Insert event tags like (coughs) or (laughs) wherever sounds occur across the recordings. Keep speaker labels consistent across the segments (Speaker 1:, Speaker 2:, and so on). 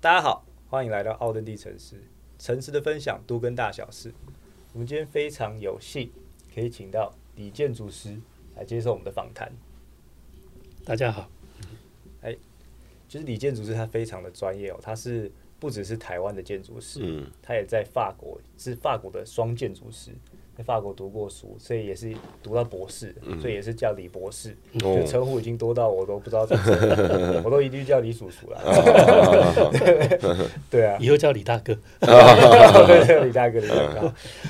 Speaker 1: 大家好，欢迎来到奥登地城市，城市的分享，都跟大小事。我们今天非常有幸可以请到李建筑师来接受我们的访谈。
Speaker 2: 大家好，
Speaker 1: 就是李建筑师他非常的专业哦，他是不只是台湾的建筑师，
Speaker 3: 嗯，
Speaker 1: 他也在法国是法国的双建筑师，在法国读过书，所以也是读到博士，所以也是叫李博士。
Speaker 3: 嗯哦
Speaker 1: 就称呼已经多到我都不知道怎么称
Speaker 3: (laughs)
Speaker 1: 呼，我都一律叫李叔叔了。对啊，
Speaker 2: 以后叫李大哥。
Speaker 1: 对对，李大哥的广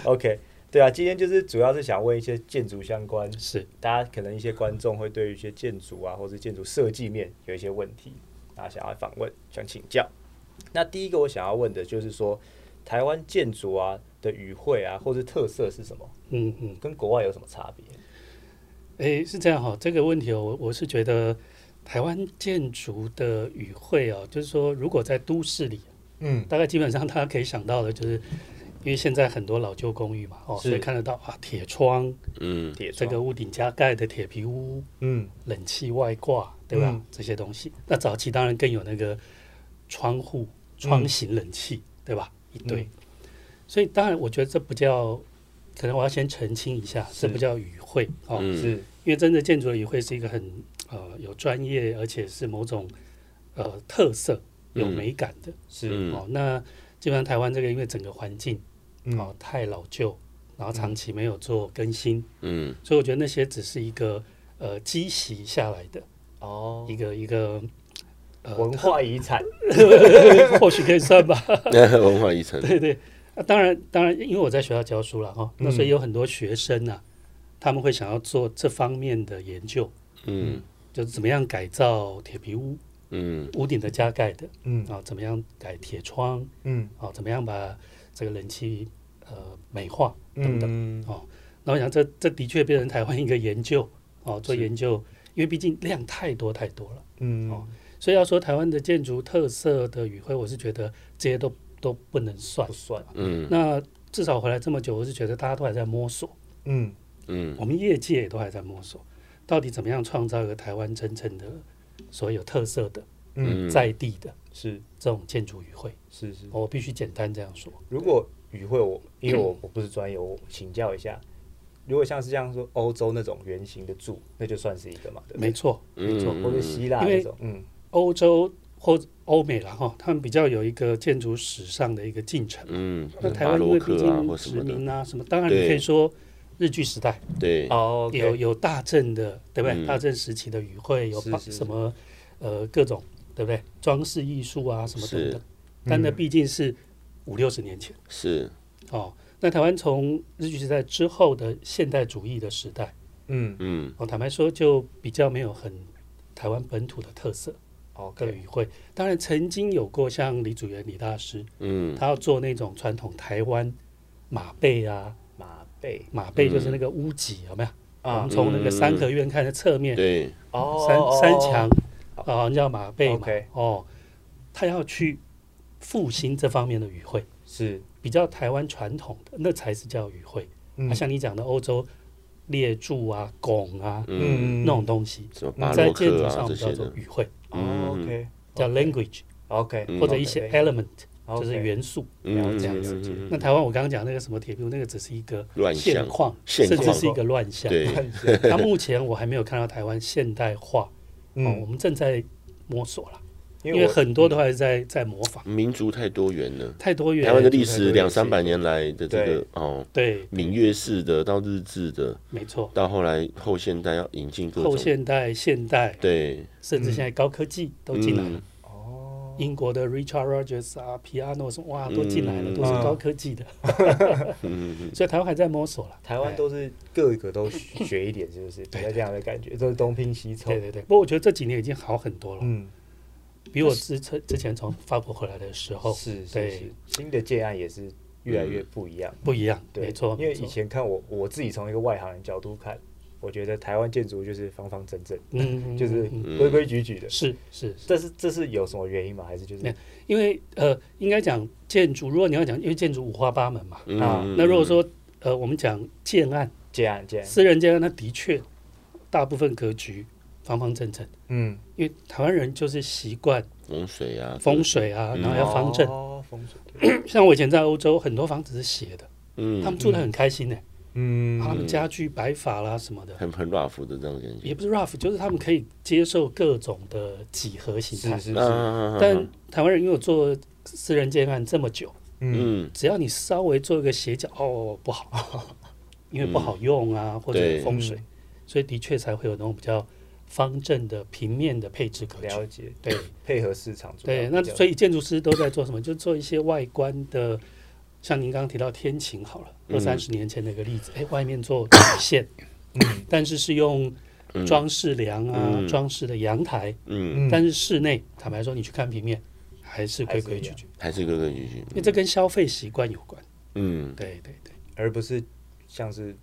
Speaker 1: 告。OK，对啊，今天就是主要是想问一些建筑相关，
Speaker 2: 是，
Speaker 1: 大家可能一些观众会对于一些建筑啊，或者建筑设计面有一些问题，啊，想要访问，想请教。那第一个我想要问的就是说，台湾建筑啊的语汇啊，或是特色是什么？
Speaker 2: 嗯嗯，
Speaker 1: 跟国外有什么差别？
Speaker 2: 诶，是这样哈、这个问题哦，我我是觉得台湾建筑的语汇哦，就是说，如果在都市里，
Speaker 1: 嗯，
Speaker 2: 大概基本上大家可以想到的，就是因为现在很多老旧公寓嘛，哦，
Speaker 1: 是
Speaker 2: 所以看得到啊，铁窗，
Speaker 3: 嗯
Speaker 1: 铁
Speaker 2: 这
Speaker 1: 窗
Speaker 2: 个，屋顶加盖的铁皮屋，
Speaker 1: 嗯，
Speaker 2: 冷气外挂，对吧？
Speaker 1: 嗯
Speaker 2: 这些东西。那早期当然更有那个窗户窗型冷气，对吧？一堆。
Speaker 1: 嗯
Speaker 2: 所以当然，我觉得这不叫，可能我要先澄清一下，
Speaker 1: 是
Speaker 2: 这不叫语汇哦，
Speaker 3: 嗯
Speaker 1: 是，
Speaker 2: 因为真的建筑的语汇是一个很呃有专业，而且是某种呃特色、有
Speaker 3: 嗯
Speaker 2: 美感的、
Speaker 1: 是，
Speaker 2: 哦。那基本上台湾这个，因为整个环境
Speaker 1: 嗯
Speaker 2: 哦太老旧，然后长期没有做更新，
Speaker 3: 嗯
Speaker 2: 所以我觉得那些只是一个呃积习下来的。
Speaker 1: 哦
Speaker 2: 一，个一个 (laughs) 呃
Speaker 1: 文化遗产，
Speaker 2: 特或许可以算吧。
Speaker 3: 嗯， (laughs) 文化遗产，
Speaker 2: 对对，啊、当然当然，因为我在学校教书了哈、那所以有很多学生啊，他们会想要做这方面的研究，
Speaker 3: 嗯
Speaker 2: 就是怎么样改造铁皮屋
Speaker 3: 嗯
Speaker 2: 屋顶的加盖的
Speaker 1: 嗯
Speaker 2: 啊，怎么样改铁窗
Speaker 1: 嗯
Speaker 2: 啊，怎么样把这个冷气呃美化。等
Speaker 1: 嗯
Speaker 2: 那我想这这的确变成台湾一个研究哦、做
Speaker 1: 是
Speaker 2: 研究，因为毕竟量太多太多了。
Speaker 1: 嗯
Speaker 2: 哦，所以要说台湾的建筑特色的语汇，我是觉得这些都都不能算
Speaker 1: 不。算，
Speaker 3: 嗯
Speaker 2: 那至少回来这么久，我是觉得大家都还在摸索，
Speaker 1: 嗯
Speaker 3: 嗯
Speaker 2: 我们业界也都还在摸索，到底怎么样创造一个台湾真正的所有特色的、
Speaker 1: 嗯，
Speaker 3: 嗯
Speaker 2: 在地的
Speaker 1: 是
Speaker 2: 这种建筑语汇。
Speaker 1: 是是。
Speaker 2: 我必须简单这样说。
Speaker 1: 如果语汇我，因为我我不是专业，我请教一下，如果像是这样说欧洲那种圆形的柱，那就算是一个嘛，对不对？
Speaker 2: 没错，
Speaker 3: 嗯
Speaker 2: 没错，
Speaker 1: 或者希腊
Speaker 2: 因为
Speaker 1: 那种，嗯
Speaker 2: 欧洲或欧美了哈，他们比较有一个建筑史上的一个进程。
Speaker 3: 嗯，
Speaker 2: 那台
Speaker 3: 巴
Speaker 2: 湾因
Speaker 3: 洛
Speaker 2: 为毕
Speaker 3: 克啊或
Speaker 2: 竟
Speaker 3: 什
Speaker 2: 殖
Speaker 3: 么的，
Speaker 2: 民啊什么，当然你可以
Speaker 3: 对
Speaker 2: 说日据时代。
Speaker 3: 对，
Speaker 1: 哦
Speaker 2: 有有大正的，对不对？
Speaker 3: 嗯
Speaker 2: 大正时期的语汇有
Speaker 1: 是
Speaker 2: 巴
Speaker 1: 是
Speaker 2: 什么呃各种，对不对？装饰艺术啊什么等
Speaker 3: 是
Speaker 2: 等，但那
Speaker 1: 嗯
Speaker 2: 毕竟是五六十年前
Speaker 3: 是，
Speaker 2: 哦。那台湾从日据时代之后的现代主义的时代，哦
Speaker 1: 嗯
Speaker 3: 嗯
Speaker 2: 我、坦白说就比较没有很台湾本土的特色
Speaker 1: ，OK，
Speaker 2: 跟语汇。当然曾经有过像李祖元李大师，
Speaker 3: 嗯
Speaker 2: 他要做那种传统台湾马背啊，
Speaker 1: 马背
Speaker 2: 马背就是
Speaker 3: 嗯
Speaker 2: 那个屋脊，有没有？我
Speaker 1: 啊
Speaker 2: 们，从那个三合院看的侧面，
Speaker 3: 对，
Speaker 1: 哦，
Speaker 2: 嗯三
Speaker 1: 哦
Speaker 2: 三强啊，叫马背嘛
Speaker 1: OK，
Speaker 2: 哦，他要去复兴这方面的语汇，
Speaker 1: 是，
Speaker 2: 比较台湾传统的那才是叫语汇。
Speaker 1: 嗯
Speaker 2: 啊，像你讲的欧洲列柱啊、拱啊、
Speaker 3: 嗯，
Speaker 2: 那种东西，
Speaker 3: 什么巴
Speaker 2: 在
Speaker 3: 洛
Speaker 2: 建
Speaker 3: 克
Speaker 2: 筑
Speaker 3: 啊
Speaker 2: 上我
Speaker 3: 这
Speaker 2: 们叫
Speaker 3: 些
Speaker 2: 做
Speaker 3: 的，
Speaker 2: 语汇，
Speaker 1: 哦 OK
Speaker 2: 叫 language
Speaker 1: OK，
Speaker 3: 嗯
Speaker 2: 或者一些 element 就
Speaker 1: (laughs)
Speaker 2: 是元素。
Speaker 3: 嗯
Speaker 2: 那台湾我刚刚讲那个什么铁皮屋，那个只是一个
Speaker 3: 乱
Speaker 2: 现
Speaker 3: 象，
Speaker 2: 况，
Speaker 3: 现
Speaker 2: 甚
Speaker 3: 况
Speaker 2: 至是一个乱象。
Speaker 3: 对，
Speaker 2: (laughs) 那目前我还没有看到台湾现代化，哦，我
Speaker 1: 嗯，
Speaker 2: 们正在摸索了，
Speaker 1: 因
Speaker 2: 因为
Speaker 1: 我嗯
Speaker 2: 很多都还在在模仿。
Speaker 3: 民族太多元了，
Speaker 2: 太多元。
Speaker 3: 台湾的历史两三百年来的这个哦，
Speaker 2: 对，
Speaker 3: 闽粤式的到日治的，
Speaker 2: 没错，
Speaker 3: 到后来后现代要引进各
Speaker 2: 后
Speaker 3: 种，
Speaker 2: 现代、现代，
Speaker 3: 对，
Speaker 2: 甚
Speaker 1: 嗯
Speaker 2: 至现在高科技都进来了。
Speaker 3: 嗯
Speaker 1: 哦，
Speaker 2: 英国的 Richard Rogers 啊、Piano 什么哇，都进来了，
Speaker 3: 嗯
Speaker 2: 都是高科技的，
Speaker 3: 嗯
Speaker 2: 所以台湾还在摸索了。哎
Speaker 1: 台湾都是各个都学一点，是不是？比较这样的感觉，都是东拼西凑
Speaker 2: 对。对对，不过我觉得这几年已经好很多了，
Speaker 1: 嗯，
Speaker 2: 比我之前之前从法国回来的时候
Speaker 1: 是是
Speaker 2: 对
Speaker 1: 是，新的建案也是越来越不一样。
Speaker 2: 不一样。
Speaker 1: 对，
Speaker 2: 没错，
Speaker 1: 因为
Speaker 2: 没错
Speaker 1: 以前看我我自己从一个外行人角度看，我觉得台湾建筑就是方方正正，
Speaker 2: 嗯，
Speaker 1: (laughs)
Speaker 2: 嗯
Speaker 1: 就是
Speaker 2: 嗯嗯
Speaker 1: 规规矩矩的。
Speaker 2: 是是，
Speaker 1: 这是这是有什么原因吗？还是就是
Speaker 2: 那因为呃，应该讲建筑，如果你要讲，因为建筑五花八门嘛。
Speaker 3: 嗯，
Speaker 2: 啊那如果说呃，我们讲建案，
Speaker 1: 建案建案？
Speaker 2: 私人建案，那的确大部分格局方方正正，
Speaker 1: 嗯，
Speaker 2: 因为台湾人就是习惯
Speaker 3: 风水啊，
Speaker 2: 风水啊，
Speaker 3: 嗯
Speaker 2: 然后要方正。
Speaker 1: 哦，风水，对
Speaker 2: 像我以前在欧洲，很多房子是斜的，
Speaker 3: 嗯，
Speaker 2: 他们住得很开心呢、啊他
Speaker 1: 嗯，
Speaker 2: 们家具摆法啦什么的，
Speaker 3: 很很 rough 的这样感
Speaker 2: 也
Speaker 3: 觉。
Speaker 2: 不是 rough，就是他们可以接受各种的几何形
Speaker 1: 是
Speaker 2: 态。
Speaker 1: 是是，
Speaker 3: 啊
Speaker 2: 但台湾人因为我做私人建案这么久，
Speaker 1: 嗯，
Speaker 3: 嗯，
Speaker 2: 只要你稍微做一个斜角，哦，不好， (laughs) 因为不
Speaker 1: 嗯
Speaker 2: 好用啊，或者
Speaker 3: 对
Speaker 2: 风水，所以的确才会有那种比较方正的平面的配置格局。
Speaker 1: 嗯了解，
Speaker 2: 对
Speaker 1: 配合市场主要
Speaker 2: 对，
Speaker 1: 比较，
Speaker 2: 那所以建筑师都在做什么？就做一些外观的，像您刚刚提到天晴好了，二
Speaker 3: 嗯
Speaker 2: 三十年前的一个例子，
Speaker 1: (coughs)
Speaker 2: 哎、外面做曲线，
Speaker 1: 嗯
Speaker 2: 但是是用
Speaker 3: 嗯
Speaker 2: 装饰梁啊
Speaker 3: 嗯、
Speaker 2: 装饰的阳台，
Speaker 3: 嗯，
Speaker 1: 嗯，
Speaker 2: 但是室内，坦白说，你去看平面还是规规矩
Speaker 1: 还是嗯
Speaker 2: 矩，
Speaker 3: 还是规规矩矩。
Speaker 2: 因为这跟消费习惯有关。
Speaker 3: 嗯
Speaker 2: 对对对，
Speaker 1: 而不是像是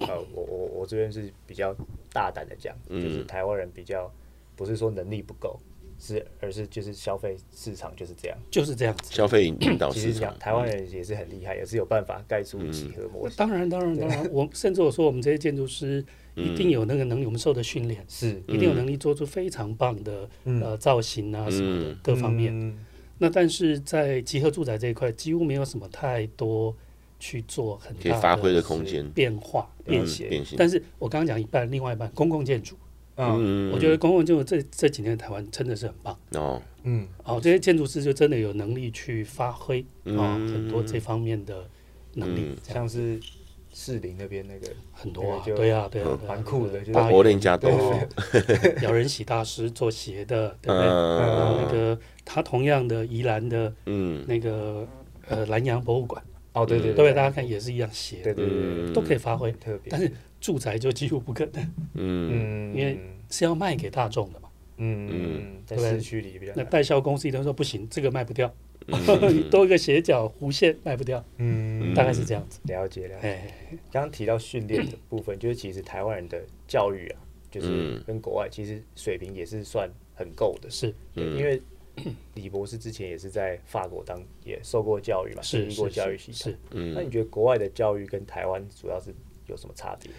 Speaker 1: 呃，我我我这边是比较大胆的讲，就是
Speaker 3: 嗯
Speaker 1: 台湾人比较不是说能力不够，是而是就是消费市场就是这样。
Speaker 2: 就是这样子。
Speaker 3: 消费引
Speaker 2: (coughs)
Speaker 3: 导
Speaker 1: 其
Speaker 3: 市
Speaker 1: 实
Speaker 3: 场
Speaker 1: 讲，台湾人也是很厉害，也是有办法盖出
Speaker 3: 嗯
Speaker 1: 几何模型。
Speaker 2: 当然，当然，当然，我甚至我说，我们这些建筑师
Speaker 3: 嗯
Speaker 2: 一定有那个能力，我们受的训练，
Speaker 1: 是
Speaker 2: 一定有能力做出非常棒的
Speaker 1: 嗯
Speaker 2: 呃造型啊什么的
Speaker 3: 嗯
Speaker 2: 各方面。
Speaker 1: 面，
Speaker 2: 那但是在集合住宅这一块，几乎没有什么太多去做很
Speaker 3: 可以
Speaker 2: 大
Speaker 3: 发挥的
Speaker 1: 是
Speaker 3: 空间，
Speaker 2: 变化
Speaker 1: 变
Speaker 2: 变
Speaker 3: 嗯
Speaker 2: 形。
Speaker 1: 形
Speaker 3: 变形。
Speaker 2: 但是我刚刚讲一半，另外一半公共建筑，
Speaker 1: 嗯
Speaker 3: 嗯，
Speaker 2: 我觉得公共建筑这这几年台湾真的是很棒。
Speaker 3: 哦，
Speaker 1: 嗯，
Speaker 2: 哦，这些建筑师就真的有能力去发挥
Speaker 3: 嗯
Speaker 2: 哦很多这方面的能力
Speaker 3: 嗯，
Speaker 2: 这样
Speaker 1: 像是士林那边那个
Speaker 2: 很多啊，
Speaker 1: 那个就
Speaker 2: 对啊，对啊，对啊
Speaker 1: 蛮酷的，
Speaker 2: 对啊
Speaker 1: 就是
Speaker 2: 大
Speaker 3: 我练家
Speaker 1: 对
Speaker 3: 都，
Speaker 2: (laughs) 姚仁喜大师做鞋的，对不对？然后那
Speaker 3: 嗯
Speaker 2: 个他同样的宜兰的
Speaker 3: 嗯
Speaker 2: 那个呃南洋博物馆，
Speaker 1: 哦，对对
Speaker 2: 对不对？大家看也是一样鞋，
Speaker 1: 对对对，
Speaker 3: 嗯，
Speaker 2: 都可以发挥。
Speaker 1: 特别，
Speaker 2: 但是住宅就几乎不可能，
Speaker 3: 嗯
Speaker 1: 嗯，
Speaker 2: 因为是要卖给大众的嘛。
Speaker 1: 嗯嗯
Speaker 3: 嗯，
Speaker 1: 在
Speaker 2: 对
Speaker 1: 市区里比较
Speaker 2: 那
Speaker 1: 难，
Speaker 2: 代销公司一定说不行，这个卖不掉，(laughs)
Speaker 3: 嗯
Speaker 2: 多一个斜角弧线卖不掉，
Speaker 1: 嗯，
Speaker 2: 大概是这样子。
Speaker 1: 了解了解。
Speaker 2: 哎，
Speaker 1: 刚刚提到训练的部分，就是其实台湾人的教育啊，就是
Speaker 3: 嗯
Speaker 1: 跟国外其实水平也是算很够的，
Speaker 2: 是
Speaker 1: 对
Speaker 3: 嗯
Speaker 1: 因为李博士之前也是在法国当也受过教育嘛，经
Speaker 2: 是
Speaker 1: 历
Speaker 2: 是
Speaker 1: 过教育
Speaker 2: 是
Speaker 1: 系统。
Speaker 2: 是，
Speaker 1: 那你
Speaker 3: 嗯
Speaker 1: 觉得国外的教育跟台湾主要是有什么差别？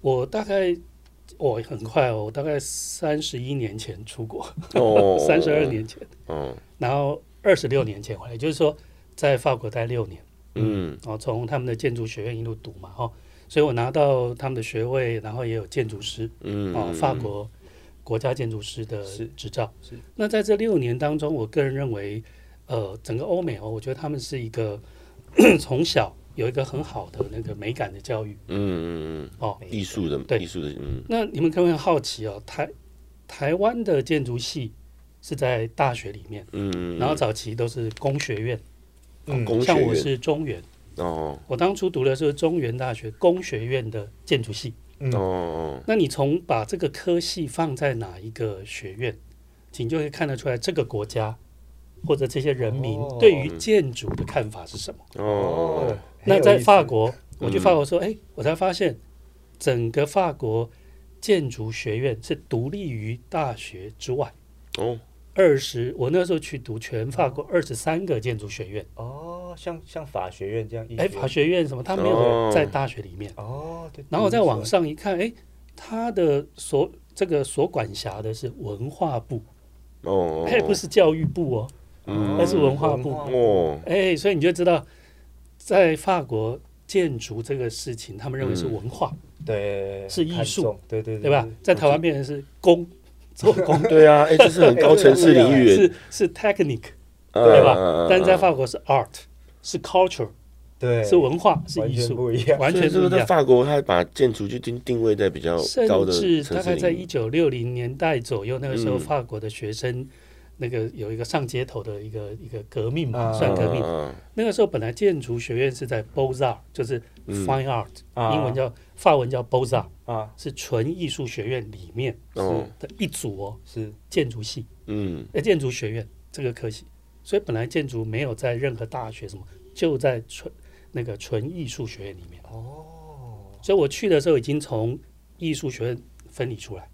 Speaker 2: 我大概我很快哦，我大概三十一年前出国，
Speaker 3: 哦
Speaker 2: 嗯 (laughs) 三十二年前，
Speaker 3: 哦
Speaker 2: 然后二十六年前回来，也就是说在法国待六年，
Speaker 3: 嗯
Speaker 2: 哦，从他们的建筑学院一路读嘛，哦，所以我拿到他们的学位，然后也有建筑师，
Speaker 3: 嗯
Speaker 2: 哦，法国国家建筑师的
Speaker 1: 是
Speaker 2: 执照
Speaker 1: 是。
Speaker 2: 那在这六年当中，我个人认为，呃，整个欧美哦，我觉得他们是一个 (clears throat) 从小有一个很好的那个美感的教育
Speaker 3: 嗯嗯
Speaker 2: 哦。
Speaker 3: 嗯，艺术的
Speaker 2: 对
Speaker 3: 艺术的嗯
Speaker 2: 那你们可能会很好奇哦，台台湾的建筑系是在大学里面，
Speaker 3: 嗯，
Speaker 2: 然后早期都是工学院，
Speaker 1: 嗯
Speaker 3: 工学
Speaker 2: 像我
Speaker 3: 院
Speaker 2: 是中原，
Speaker 3: 哦
Speaker 2: 我当初读的是中原大学工学院的建筑系。
Speaker 1: 嗯
Speaker 3: 哦哦
Speaker 2: 那你从把这个科系放在哪一个学院，你就会看得出来这个国家或者这些人民
Speaker 1: 哦
Speaker 2: 对于建筑的看法是什么。
Speaker 3: 哦，
Speaker 1: 很有
Speaker 2: 那在
Speaker 1: 意思
Speaker 2: 法，国，我
Speaker 3: 嗯
Speaker 2: 去法国说，哎、我才发现整个法国建筑学院是独立于大学之外。
Speaker 3: 哦
Speaker 2: 二十，我那时候去读全法国二十三个建筑学院，
Speaker 1: 哦，像像法学院这样，
Speaker 2: 哎，法，学院什么，它没有
Speaker 3: 哦
Speaker 2: 在大学里面。
Speaker 1: 哦，对，
Speaker 2: 然后再往
Speaker 1: 上，
Speaker 2: 上一看，哎，它的所这个所管辖的是文化部。
Speaker 3: 哦，
Speaker 2: 哎，不是教育部哦，
Speaker 3: 嗯
Speaker 2: 那是文化部
Speaker 3: 哦，
Speaker 2: 哎，所以你就知道，在法国建筑这个事情，他们认为是
Speaker 3: 嗯
Speaker 2: 文化，
Speaker 1: 对，
Speaker 2: 是艺
Speaker 1: 看
Speaker 2: 术
Speaker 1: 重，对对
Speaker 2: 对吧？？在台湾变成是工，
Speaker 3: 嗯
Speaker 2: 做
Speaker 3: (laughs)
Speaker 2: 工
Speaker 3: 对啊，哎，这是很高层次领域
Speaker 2: 哎
Speaker 3: 嗯
Speaker 2: 是，是 technique，
Speaker 3: 对
Speaker 2: 吧但是在法国是 art，是 culture，
Speaker 1: 对，
Speaker 2: 是文化，是
Speaker 1: 完
Speaker 2: 艺
Speaker 1: 全
Speaker 2: 术，
Speaker 1: 不一样，
Speaker 2: 完全
Speaker 3: 是
Speaker 2: 不
Speaker 3: 不
Speaker 2: 一
Speaker 3: 是在
Speaker 2: 样。
Speaker 3: 法国，他把建筑就定定位在比较
Speaker 2: 甚
Speaker 3: 哦高的
Speaker 2: 至
Speaker 3: 层
Speaker 2: 大
Speaker 3: 次
Speaker 2: 概在
Speaker 3: 领
Speaker 2: 一
Speaker 3: 域，
Speaker 2: 九六零年代左右，那个时候
Speaker 3: 嗯
Speaker 2: 法国的学生。那个有一个上街头的一个一个革命
Speaker 3: 啊
Speaker 2: 吧，算革命。那个时候本来建筑学院是
Speaker 3: 嗯
Speaker 2: 在 Beaux Art，就是 Fine Art，
Speaker 1: 啊
Speaker 2: 英文叫法文叫 b o z a
Speaker 1: 啊，
Speaker 2: 是纯艺术学院里面
Speaker 3: 哦，
Speaker 2: 的一组哦，
Speaker 1: 是
Speaker 2: 建筑系
Speaker 3: 嗯
Speaker 2: 呃建筑学院这个科系，所以本来建筑没有在任何大学什么，就在纯那个纯艺术学院里面。
Speaker 1: 哦，
Speaker 2: 所以我去的时候已经从艺术学院分离出来，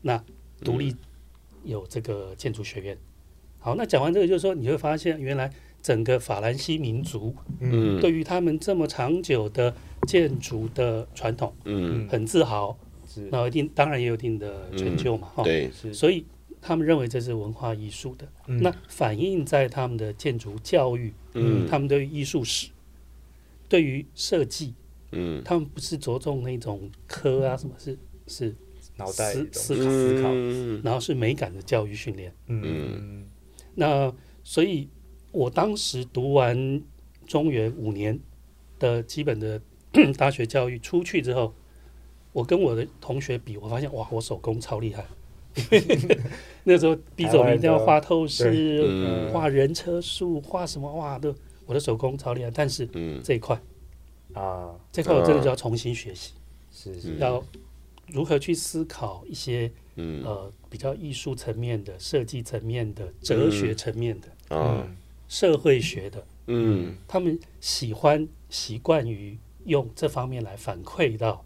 Speaker 2: 那独
Speaker 3: 嗯
Speaker 2: 立有这个建筑学院。好，那讲完这个，就是说你会发现，原来整个法兰西民族
Speaker 3: 嗯
Speaker 2: 对于他们这么长久的建筑的传统
Speaker 3: 嗯
Speaker 2: 很自豪，
Speaker 1: 是
Speaker 2: 那有一定当然也有一定的成就嘛，哈、
Speaker 3: 嗯对，
Speaker 1: 是
Speaker 2: 所以他们认为这是文化艺术的，
Speaker 1: 嗯
Speaker 2: 那反映在他们的建筑教育，
Speaker 3: 嗯
Speaker 2: 他们对于艺术史，对于设计，
Speaker 3: 嗯，
Speaker 2: 他们不是着重那种科啊什么，是是
Speaker 1: 脑袋
Speaker 2: 思
Speaker 1: 里的
Speaker 2: 思考
Speaker 1: 思考，
Speaker 3: 嗯
Speaker 2: 然后是美感的教育训练。
Speaker 1: 嗯
Speaker 2: 那所以，我当时读完中原五年的基本的 (clears throat) 大学教育出去之后，我跟我的同学比，我发现哇，我手工超厉害。 (laughs) 那时候逼着我们一定要画透视、呃
Speaker 3: 嗯
Speaker 2: 画人车树、画什么哇都，我的手工超厉害。但是
Speaker 3: 嗯
Speaker 2: 这一块，
Speaker 1: 啊，
Speaker 2: 这块我真的就要重新学习，
Speaker 1: 是是
Speaker 3: 嗯
Speaker 2: 要如何去思考一些
Speaker 3: 嗯
Speaker 2: 呃比较艺术层面的、设计层面的、哲学层面的、
Speaker 3: 啊
Speaker 2: 社会学的。
Speaker 3: 嗯
Speaker 2: 他们喜欢习惯于用这方面来反馈到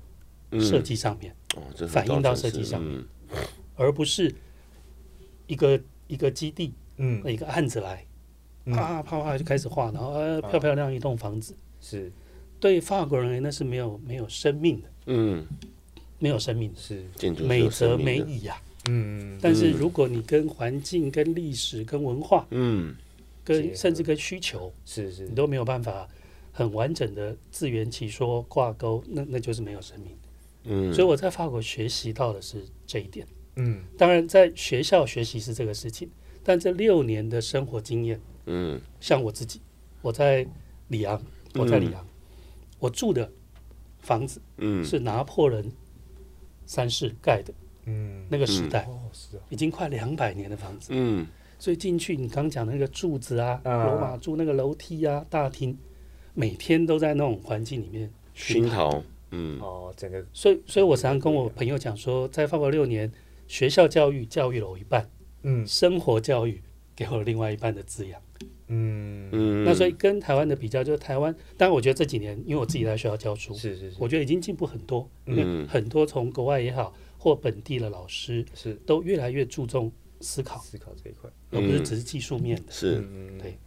Speaker 3: 嗯
Speaker 2: 设计上面，
Speaker 3: 哦，这很
Speaker 2: 反映到
Speaker 3: 高层
Speaker 2: 设计
Speaker 3: 次
Speaker 2: 上
Speaker 3: 嗯
Speaker 2: 而不是一个一个基地
Speaker 1: 嗯
Speaker 2: 一个案子来、
Speaker 1: 嗯
Speaker 2: 啊啪啪就开始画，然后
Speaker 3: 嗯
Speaker 2: 呃
Speaker 1: 啊
Speaker 2: 漂漂亮亮一栋房子，
Speaker 1: 是
Speaker 2: 对法国人而言那是没有没有生命的，
Speaker 3: 嗯，
Speaker 2: 没有生命的。
Speaker 1: 是
Speaker 3: 建筑是
Speaker 2: 美
Speaker 3: 有
Speaker 2: 则
Speaker 3: 生
Speaker 2: 美
Speaker 3: 命的，
Speaker 2: 矣啊！
Speaker 1: 嗯
Speaker 2: 但是如果你跟环境、跟历史、跟文化、
Speaker 3: 嗯
Speaker 1: 结合
Speaker 2: 跟甚至跟需求，
Speaker 1: 是是
Speaker 2: 你都没有办法很完整的自圆其说挂钩，那那就是没有生命。
Speaker 3: 嗯，
Speaker 2: 所以我在法国学习到的是这一点。
Speaker 1: 嗯
Speaker 2: 当然，在学校学习是这个事情，但这六年的生活经验，
Speaker 3: 嗯
Speaker 2: 像我自己，我在里昂，我在
Speaker 1: 嗯
Speaker 2: 里昂，我住的房子
Speaker 3: 嗯
Speaker 2: 是拿破仑三世盖的
Speaker 1: 嗯
Speaker 2: 那个时代，
Speaker 1: 哦是哦
Speaker 2: 已经快两百年的房子。
Speaker 3: 嗯
Speaker 2: 所以进去，你刚讲的那个柱子啊，
Speaker 1: 啊
Speaker 2: 罗马柱那个楼梯啊，大厅，每天都在那种环境里面
Speaker 3: 熏陶，嗯
Speaker 1: 哦整个
Speaker 2: 所以，所以我常常跟我朋友讲说，在法国六年，学校教育教育了我一半，
Speaker 1: 嗯
Speaker 2: 生活教育给我另外一半的滋养。
Speaker 1: 嗯
Speaker 3: 嗯，
Speaker 2: 那所以跟台湾的比较，就是台湾，当然我觉得这几年，因为我自己在学校教书，
Speaker 1: 是是是
Speaker 2: 我觉得已经进步很多，因为
Speaker 3: 嗯
Speaker 2: 很多从国外也好或本地的老师
Speaker 1: 是
Speaker 2: 都越来越注重思考，
Speaker 1: 思考这一块
Speaker 2: 而不是
Speaker 3: 嗯
Speaker 2: 只是技术面的
Speaker 3: 是
Speaker 1: 嗯
Speaker 2: 对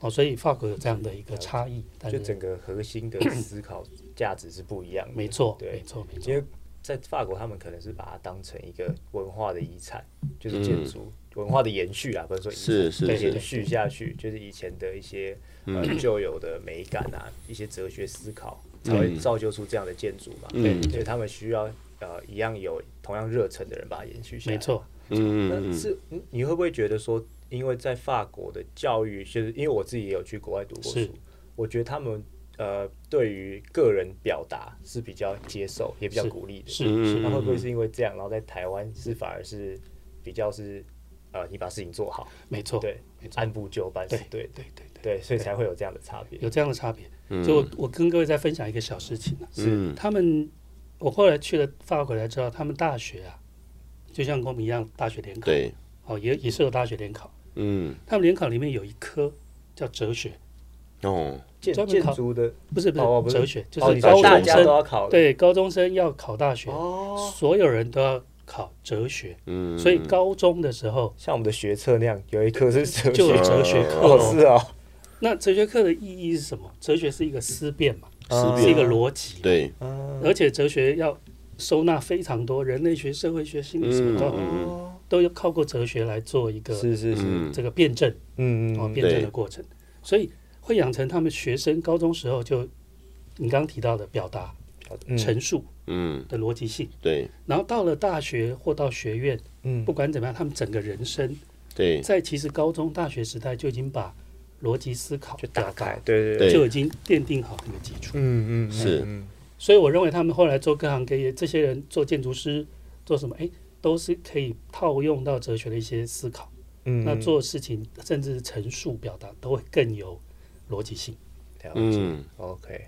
Speaker 2: 哦。所以法国有这样的一个差异，但
Speaker 1: 就是整个核心的思考价值是不一样的。
Speaker 2: 没错，
Speaker 1: 对
Speaker 2: 没错，
Speaker 3: 嗯
Speaker 2: 没
Speaker 1: 因
Speaker 2: 错
Speaker 1: 为，在法国，他们可能是把它当成一个文化的遗产，就是建筑、文化的延续啊，不能说遗产
Speaker 3: 是嗯是嗯
Speaker 2: 对对
Speaker 1: 延
Speaker 2: 对
Speaker 3: 是，
Speaker 1: 续下去，就是以前的一些呃旧有的美感啊，一些哲学思考，才会
Speaker 3: 嗯
Speaker 1: 造就出这样的建筑嘛。
Speaker 3: 嗯
Speaker 1: 所以他们需要呃一样有同样热忱的人把它延续下来。
Speaker 2: 没错，
Speaker 1: 那
Speaker 3: 嗯嗯
Speaker 1: 是嗯你会不会觉得说，因为在法国的教育，就是因为我自己也有去国外读过
Speaker 2: 是
Speaker 1: 书，我觉得他们呃对于个人表达是比较接受，也比较
Speaker 2: 是
Speaker 1: 鼓励的。
Speaker 2: 是
Speaker 3: 嗯
Speaker 2: 是
Speaker 1: 那会不会是因为这样，然后在台湾是反而是比较是呃你把事情做好，
Speaker 2: 没错，
Speaker 1: 对，
Speaker 2: 没错，
Speaker 1: 按部就班是
Speaker 2: 对
Speaker 1: 对的，
Speaker 2: 对对对，
Speaker 1: 对，所以才会有这样的差别。
Speaker 2: 有这样的差别。
Speaker 3: 嗯，
Speaker 2: 所以我我跟各位再分享一个小事情啊，
Speaker 3: 嗯
Speaker 2: 他们我后来去了法国才知道，他们大学啊，就像我们一样大学联考，
Speaker 3: 对，
Speaker 2: 哦，也也是有大学联考，
Speaker 3: 嗯
Speaker 2: 他们联考里面有一科叫哲学，
Speaker 3: 哦，
Speaker 1: 建
Speaker 2: 专门
Speaker 1: 建
Speaker 2: 考
Speaker 1: 筑的
Speaker 2: 不是不是,、
Speaker 1: 哦不是
Speaker 2: 哲学，就
Speaker 1: 哦，
Speaker 2: 是
Speaker 1: 你
Speaker 3: 说
Speaker 2: 高
Speaker 1: 说大
Speaker 2: 中
Speaker 1: 家都
Speaker 2: 生、
Speaker 1: 要考
Speaker 2: 对高中生要考大学，
Speaker 1: 哦，
Speaker 2: 所有人都要考哲学，
Speaker 3: 嗯，
Speaker 2: 所以高中的时候
Speaker 1: 像我们的学测那样，有一科是哲
Speaker 3: 嗯
Speaker 2: 就
Speaker 1: 学
Speaker 2: 有，哲学课
Speaker 1: 哦
Speaker 2: 哦。
Speaker 1: 是哦，
Speaker 2: 那哲学课的意义是什么？哲学是一个思辨嘛，
Speaker 3: 思
Speaker 2: 是一
Speaker 3: 辨啊
Speaker 2: 个逻辑，
Speaker 3: 对，
Speaker 1: 嗯
Speaker 2: 而且哲学要收纳非常多人类学、社会学、心理什么都要
Speaker 3: 嗯嗯
Speaker 2: 都要靠过哲学来做一个
Speaker 1: 是是是，
Speaker 3: 嗯
Speaker 2: 这个辩证
Speaker 1: 嗯
Speaker 2: 哦，
Speaker 1: 嗯
Speaker 2: 辩证
Speaker 3: 对
Speaker 2: 的过程，所以会养成他们学生高中时候就你刚刚提到的表达、
Speaker 1: 嗯，
Speaker 2: 陈述
Speaker 3: 嗯
Speaker 2: 的逻辑性，
Speaker 3: 对
Speaker 2: 然后到了大学或到学院，
Speaker 1: 嗯
Speaker 2: 不管怎么样，他们整个人生
Speaker 3: 对
Speaker 2: 在其实高中、大学时代就已经把逻辑思考
Speaker 1: 就打
Speaker 2: 表达
Speaker 1: 开，对对
Speaker 3: 对
Speaker 2: 就已经奠定好那个基础。
Speaker 1: 嗯嗯
Speaker 3: 是
Speaker 1: 嗯
Speaker 2: 所以我认为他们后来做各行各业，这些人做建筑师，做什么，哎，都是可以套用到哲学的一些思考。
Speaker 1: 嗯
Speaker 2: 那做事情甚至是陈述表达都会更有逻辑性，
Speaker 1: 了解
Speaker 3: 嗯
Speaker 1: ，OK，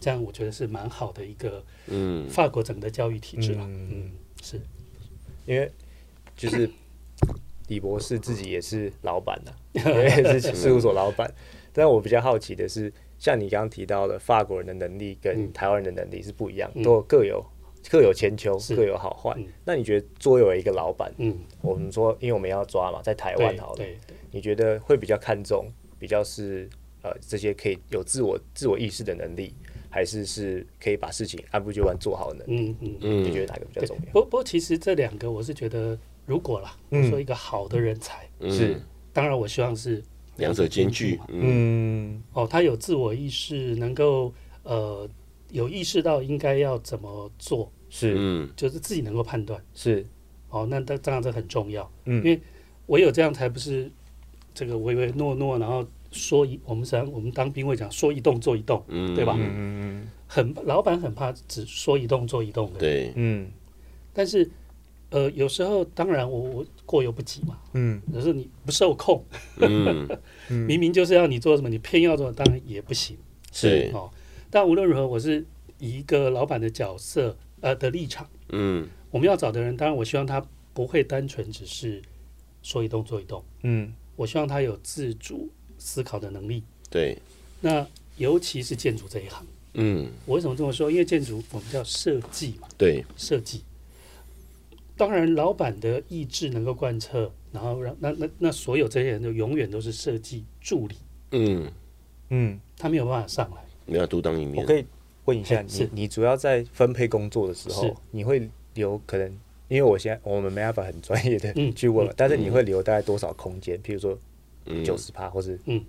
Speaker 2: 这样我觉得是蛮好的一个
Speaker 3: 嗯
Speaker 2: 法国整个教育体制了。
Speaker 1: 嗯
Speaker 2: 嗯，是
Speaker 1: 因为就是李博士自己也是老板 (laughs) 的，我也是事务所老板，但我比较好奇的是，像你刚刚提到的，法国人的能力跟
Speaker 2: 嗯
Speaker 1: 台湾人的能力是不一样，
Speaker 2: 嗯
Speaker 1: 都有各有。各有千秋，
Speaker 2: 是
Speaker 1: 各有好坏
Speaker 2: 嗯。
Speaker 1: 那你觉得作为一个老板，
Speaker 2: 嗯，
Speaker 1: 我们说，因为我们要抓嘛，在台湾
Speaker 2: 对
Speaker 1: 好了，
Speaker 2: 对对，
Speaker 1: 你觉得会比较看重，比较是呃这些可以有自我自我意识的能力，还是是可以把事情按部就班做好呢？
Speaker 2: 嗯嗯，
Speaker 1: 你觉得
Speaker 3: 嗯
Speaker 1: 哪个比较
Speaker 2: 对。
Speaker 1: 重要？
Speaker 2: 不不过其实这两个我是觉得，如果啦，我说一个好的人才，
Speaker 3: 嗯
Speaker 1: 是
Speaker 2: 当然我希望是
Speaker 3: 两者兼具
Speaker 2: 嘛，
Speaker 3: 嗯
Speaker 1: 嗯
Speaker 2: 哦，他有自我意识，能够呃有意识到应该要怎么做，
Speaker 1: 是
Speaker 3: 嗯
Speaker 2: 就是自己能够判断。
Speaker 1: 是
Speaker 2: 哦，那当当然这很重要，
Speaker 1: 嗯
Speaker 2: 因为唯有这样才不是这个唯唯诺诺，然后说一我们想我们当兵会讲说一动做一动，
Speaker 3: 嗯，
Speaker 2: 对吧
Speaker 3: 嗯
Speaker 1: 嗯
Speaker 2: 很老板很怕只说一动做一动的。
Speaker 3: 对，
Speaker 1: 嗯
Speaker 2: 但是呃有时候当然我我过犹不及嘛，
Speaker 1: 嗯
Speaker 2: 有时候你不受控， (laughs)
Speaker 3: 嗯
Speaker 1: 嗯
Speaker 2: 明明就是要你做什么，你偏要做，当然也不行。
Speaker 3: 是，
Speaker 2: 哦，但无论如何，我是以一个老板的角色呃的立场，
Speaker 3: 嗯
Speaker 2: 我们要找的人，当然我希望他不会单纯只是说一动做一动，
Speaker 1: 嗯
Speaker 2: 我希望他有自主思考的能力。
Speaker 3: 对，
Speaker 2: 那尤其是建筑这一行，
Speaker 3: 嗯
Speaker 2: 我为什么这么说？因为建筑我们叫设计嘛，
Speaker 3: 对，
Speaker 2: 设计。当然，老板的意志能够贯彻，然后让那那那所有这些人就永远都是设计助理，
Speaker 3: 嗯，
Speaker 1: 嗯，
Speaker 2: 他没有办法上来。
Speaker 3: 你要独当一
Speaker 1: 我
Speaker 3: 面，
Speaker 1: 可以问一下
Speaker 2: 嘿是
Speaker 1: 你，你主要在分配工作的时候
Speaker 2: 是，
Speaker 1: 你会留可能？因为我现在我们没办法很专业的
Speaker 2: 嗯
Speaker 1: 去问了，但是
Speaker 3: 嗯
Speaker 1: 你会留大概多少空间？譬如说
Speaker 3: 嗯
Speaker 1: 九十趴，或是
Speaker 2: 嗯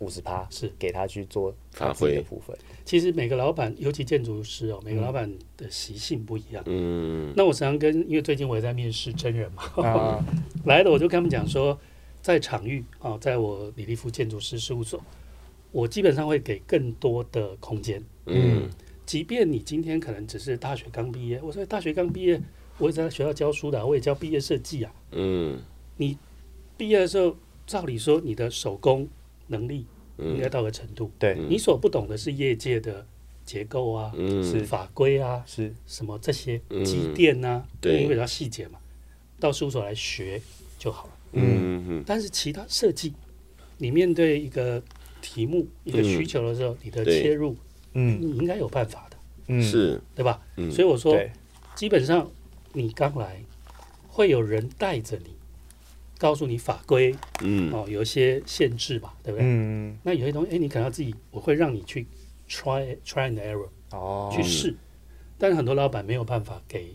Speaker 1: 五十趴，
Speaker 2: 是
Speaker 1: 给他去做
Speaker 3: 发
Speaker 1: 他自己的
Speaker 3: 挥
Speaker 1: 部分。
Speaker 2: 其实每个老板，尤其建筑师哦，每个老板的习性不一样。
Speaker 3: 嗯
Speaker 2: 那我常常跟，因为最近我也在面试真人嘛， (laughs)
Speaker 1: 啊，
Speaker 2: 来了我就跟他们讲说，在场域啊、在我李立夫建筑师事务所，我基本上会给更多的空间。
Speaker 3: 嗯
Speaker 2: 即便你今天可能只是大学刚毕业，我说大学刚毕业，我也在学校教书的啊，我也教毕业设计啊。
Speaker 3: 嗯
Speaker 2: 毕业的时候，照理说你的手工能力应该
Speaker 3: 嗯
Speaker 2: 到个程度，
Speaker 1: 对，
Speaker 2: 你所不懂的是业界的结构啊、
Speaker 3: 嗯
Speaker 1: 是
Speaker 2: 法规啊、
Speaker 1: 是
Speaker 2: 什么这些
Speaker 3: 嗯
Speaker 2: 机电啊，
Speaker 3: 对
Speaker 2: 因为比较细节嘛，到事务所来学就好了。
Speaker 3: 嗯嗯
Speaker 2: 但是其他设计，你面对一个题目、一个需求的时候，你的
Speaker 3: 对
Speaker 2: 切入，
Speaker 1: 嗯
Speaker 2: 你应该有办法的，
Speaker 1: 嗯
Speaker 3: 嗯是，
Speaker 2: 对吧？
Speaker 3: 嗯
Speaker 2: 所以我说，
Speaker 1: 对，
Speaker 2: 基本上你刚来，会有人带着你，告诉你法规
Speaker 3: 嗯
Speaker 2: 哦，有一些限制嘛，对不对？
Speaker 1: 嗯
Speaker 2: 那有些东西，哎，你可能要自己，我会让你去 try try and error
Speaker 1: 哦，
Speaker 2: 去试，但是很多老板没有办法给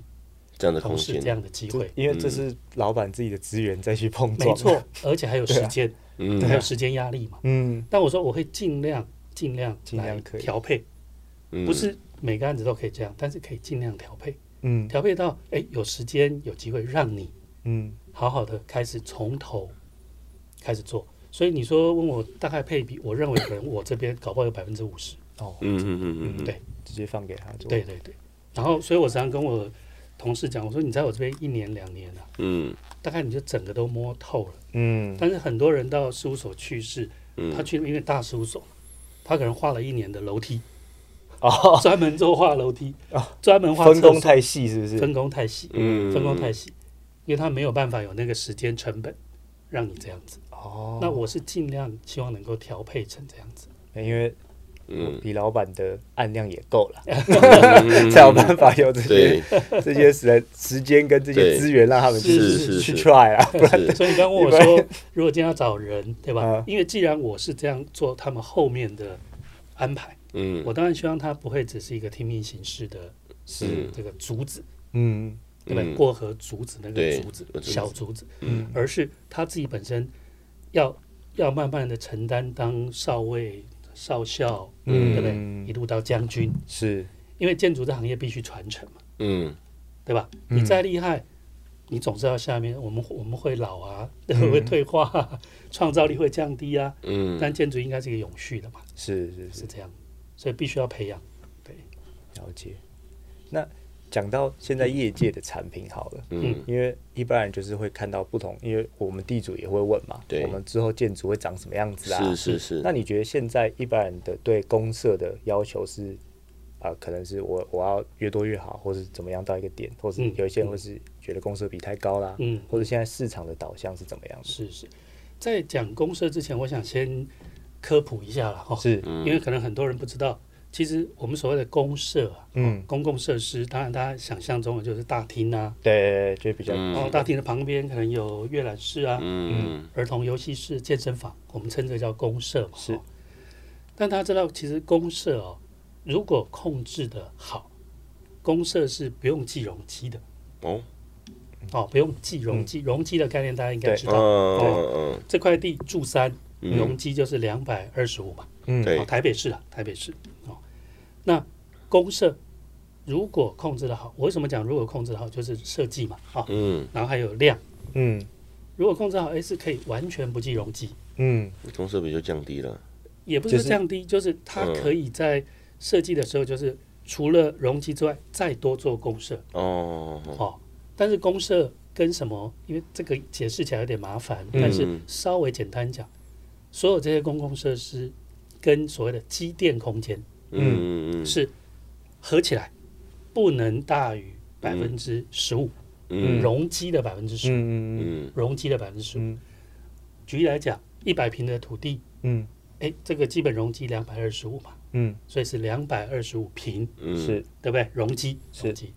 Speaker 3: 这样的空
Speaker 2: 同事
Speaker 3: 间
Speaker 2: 这，样的机
Speaker 1: 这
Speaker 2: 会，
Speaker 1: 因为这是老板自己的资源再去碰撞，
Speaker 2: 没错，，而且还有
Speaker 1: 啊
Speaker 2: 时间，
Speaker 3: 嗯
Speaker 2: 还有时间压力嘛。
Speaker 1: (laughs) 嗯，
Speaker 2: 但我说我会尽量尽量
Speaker 1: 尽量
Speaker 2: 来
Speaker 1: 可以
Speaker 2: 调配，
Speaker 3: 嗯
Speaker 2: 不是每个案子都可以这样，但是可以尽量调配，
Speaker 1: 嗯
Speaker 2: 调配到哎有时间有机会让你
Speaker 1: 嗯
Speaker 2: 好好的开始从头开始做。所以你说问我大概配比，我认为可能我这边搞不好有百分之五十，
Speaker 1: 哦，
Speaker 3: 嗯嗯嗯嗯
Speaker 2: 对
Speaker 1: 直接放给他做，
Speaker 2: 对，对对。然后所以我常常跟我同事讲，我说你在我这边一年两年了、啊，
Speaker 3: 嗯
Speaker 2: 大概你就整个都摸透了。
Speaker 1: 嗯
Speaker 2: 但是很多人到事务所去是，
Speaker 3: 嗯，
Speaker 2: 他去因为大事务所嘛，他可能画了一年的楼梯，
Speaker 1: 哦，
Speaker 2: 专门做画楼梯
Speaker 1: 哦，
Speaker 2: 专门画
Speaker 1: 分
Speaker 2: 厕
Speaker 1: 工
Speaker 2: 所，
Speaker 1: 太细是不是？
Speaker 2: 分工太细，
Speaker 3: 嗯
Speaker 2: 分工太细，因为他没有办法有那个时间成本让你这样子。
Speaker 1: 哦，
Speaker 2: 那我是尽量希望能够调配成这样
Speaker 1: (laughs)
Speaker 2: 子。
Speaker 1: 因为
Speaker 3: 嗯
Speaker 1: 李老板的按量也够了，
Speaker 3: 嗯
Speaker 1: 才有办法有这些
Speaker 3: 对
Speaker 1: 这些时时间跟这些
Speaker 3: 对
Speaker 1: 资源让他们去
Speaker 3: 是是
Speaker 1: 去
Speaker 3: 是
Speaker 1: try 啊，
Speaker 3: 是
Speaker 2: 所以你刚问我说，如果今天要找人，对吧
Speaker 1: 啊？
Speaker 2: 因为既然我是这样做，他们后面的安排，
Speaker 3: 嗯
Speaker 2: 我当然希望他不会只是一个听命行事的，是
Speaker 3: 嗯
Speaker 2: 这个竹子，
Speaker 1: 嗯
Speaker 2: 对不对？
Speaker 3: 嗯
Speaker 2: 过河竹子那个
Speaker 3: 对
Speaker 2: 竹子
Speaker 3: 我，知道
Speaker 2: 小竹子，
Speaker 1: 嗯
Speaker 2: 而是他自己本身要要慢慢的承担当少尉、少校，
Speaker 1: 嗯
Speaker 2: 对不对？一路到将军，
Speaker 1: 是
Speaker 2: 因为建筑这行业必须传承嘛，
Speaker 3: 嗯
Speaker 2: 对吧？
Speaker 1: 嗯
Speaker 2: 你再厉害，你总是要下面我们我们会老啊， (laughs) 会退化、
Speaker 3: (laughs)
Speaker 2: 啊，创造力会降低啊。
Speaker 3: 嗯
Speaker 2: 但建筑应该是一个永续的嘛，
Speaker 1: 是是是
Speaker 2: 是这样，所以必须要培养。
Speaker 1: 了解。那讲到现在业界的产品好了。
Speaker 3: 嗯
Speaker 1: 因为一般人就是会看到不同，因为我们地主也会问嘛，
Speaker 3: 对
Speaker 1: 我们之后建筑会长什么样子啊？
Speaker 3: 是是是，
Speaker 1: 那你觉得现在一般人的对公社的要求是，啊、可能是我我要越多越好，或是怎么样到一个点，或是
Speaker 2: 嗯
Speaker 1: 有一些人会是觉得公社比太高啦，
Speaker 2: 嗯，
Speaker 1: 或者现在市场的导向是怎么样子？
Speaker 2: 是是。在讲公社之前，我想先科普一下了哈，
Speaker 1: 是，
Speaker 3: 嗯
Speaker 2: 因为可能很多人不知道，其实我们所谓的公社啊，
Speaker 1: 嗯，
Speaker 2: 公共设施，当然大家想象中的就是大厅啊，
Speaker 1: 对，就比较，
Speaker 3: 嗯
Speaker 2: 然后大厅的旁边可能有阅览室啊、
Speaker 3: 嗯
Speaker 2: 儿童游戏室、健身房，我们称这叫公社嘛。
Speaker 1: 是
Speaker 2: 哦。但大家知道，其实公社哦，如果控制的好，公社是不用计容积的
Speaker 3: 哦，
Speaker 2: 哦，不用计容积。容积的概念大家应该
Speaker 1: 对
Speaker 2: 知
Speaker 3: 嗯
Speaker 2: 道，
Speaker 3: 嗯
Speaker 2: 这块地住三，
Speaker 3: 嗯
Speaker 2: 容积就是两百二十五嘛。
Speaker 1: 嗯
Speaker 3: 对
Speaker 2: 哦，台北市啊，台北市哦。那公社如果控制的好，我为什么讲如果控制的好，就是设计嘛，啊、
Speaker 3: 嗯
Speaker 2: 然后还有量，
Speaker 1: 嗯
Speaker 2: 如果控制好，哎，是可以完全不计容积，
Speaker 1: 嗯
Speaker 3: 嗯，公设比就降低了，
Speaker 2: 也不是
Speaker 1: 就是
Speaker 2: 说降低，就是、它可以在设计的时候，就是除了容积之外，再多做公社
Speaker 3: 哦，
Speaker 2: 哦。但是公社跟什么？因为这个解释起来有点麻烦，
Speaker 1: 嗯
Speaker 2: 但是稍微简单讲，所有这些公共设施跟所谓的机电空间
Speaker 3: 嗯嗯
Speaker 2: 是合起来不能大于百分之十五，
Speaker 3: 嗯
Speaker 2: 容积的百分之十，
Speaker 1: 嗯
Speaker 3: 嗯
Speaker 2: 容积的百分之十五。
Speaker 1: 嗯
Speaker 2: 举例来讲，一百平的土地，
Speaker 1: 嗯
Speaker 2: 哎，这个基本容积两百二十五嘛，
Speaker 1: 嗯，
Speaker 2: 所以是两百二十五平，
Speaker 3: 嗯
Speaker 1: 是
Speaker 2: 对不对？容积，
Speaker 1: 是
Speaker 2: 容积。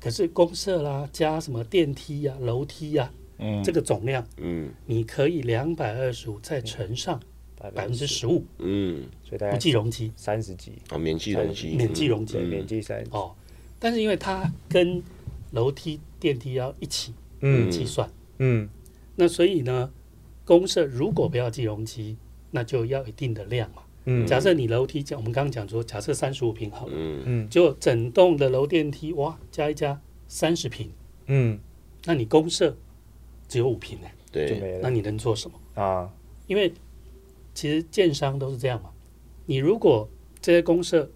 Speaker 2: 可是公社啦，加什么电梯呀、楼梯呀、
Speaker 4: 嗯
Speaker 2: 这个总量
Speaker 3: 嗯
Speaker 2: 你可以两百二十五再乘上百分之，十五，
Speaker 3: 嗯，
Speaker 1: 所以大
Speaker 2: 不
Speaker 1: 概
Speaker 2: 计容积，
Speaker 1: 三十几，
Speaker 3: 哦，免计容积，
Speaker 2: 免计容积
Speaker 1: 对，
Speaker 3: 嗯
Speaker 1: 年纪三十，
Speaker 2: 哦。但是因为它跟楼梯、电梯要一起
Speaker 1: 嗯
Speaker 2: 计算，
Speaker 1: 嗯
Speaker 2: 那所以呢，公社如果不要计容积，那就要一定的量嘛。
Speaker 1: 嗯
Speaker 2: 假设你楼梯讲，我们刚刚讲说，假设三十五平好了，
Speaker 3: 嗯
Speaker 1: 嗯
Speaker 2: 就整栋的楼电梯哇，加一加三十平，
Speaker 1: 嗯，
Speaker 2: 那你公社只有五平哎，
Speaker 1: 就
Speaker 3: 对，
Speaker 1: 没
Speaker 2: 那
Speaker 1: 了
Speaker 2: 你能做什么？
Speaker 1: 啊，
Speaker 2: 因为其实建商都是这样嘛，你如果这些公社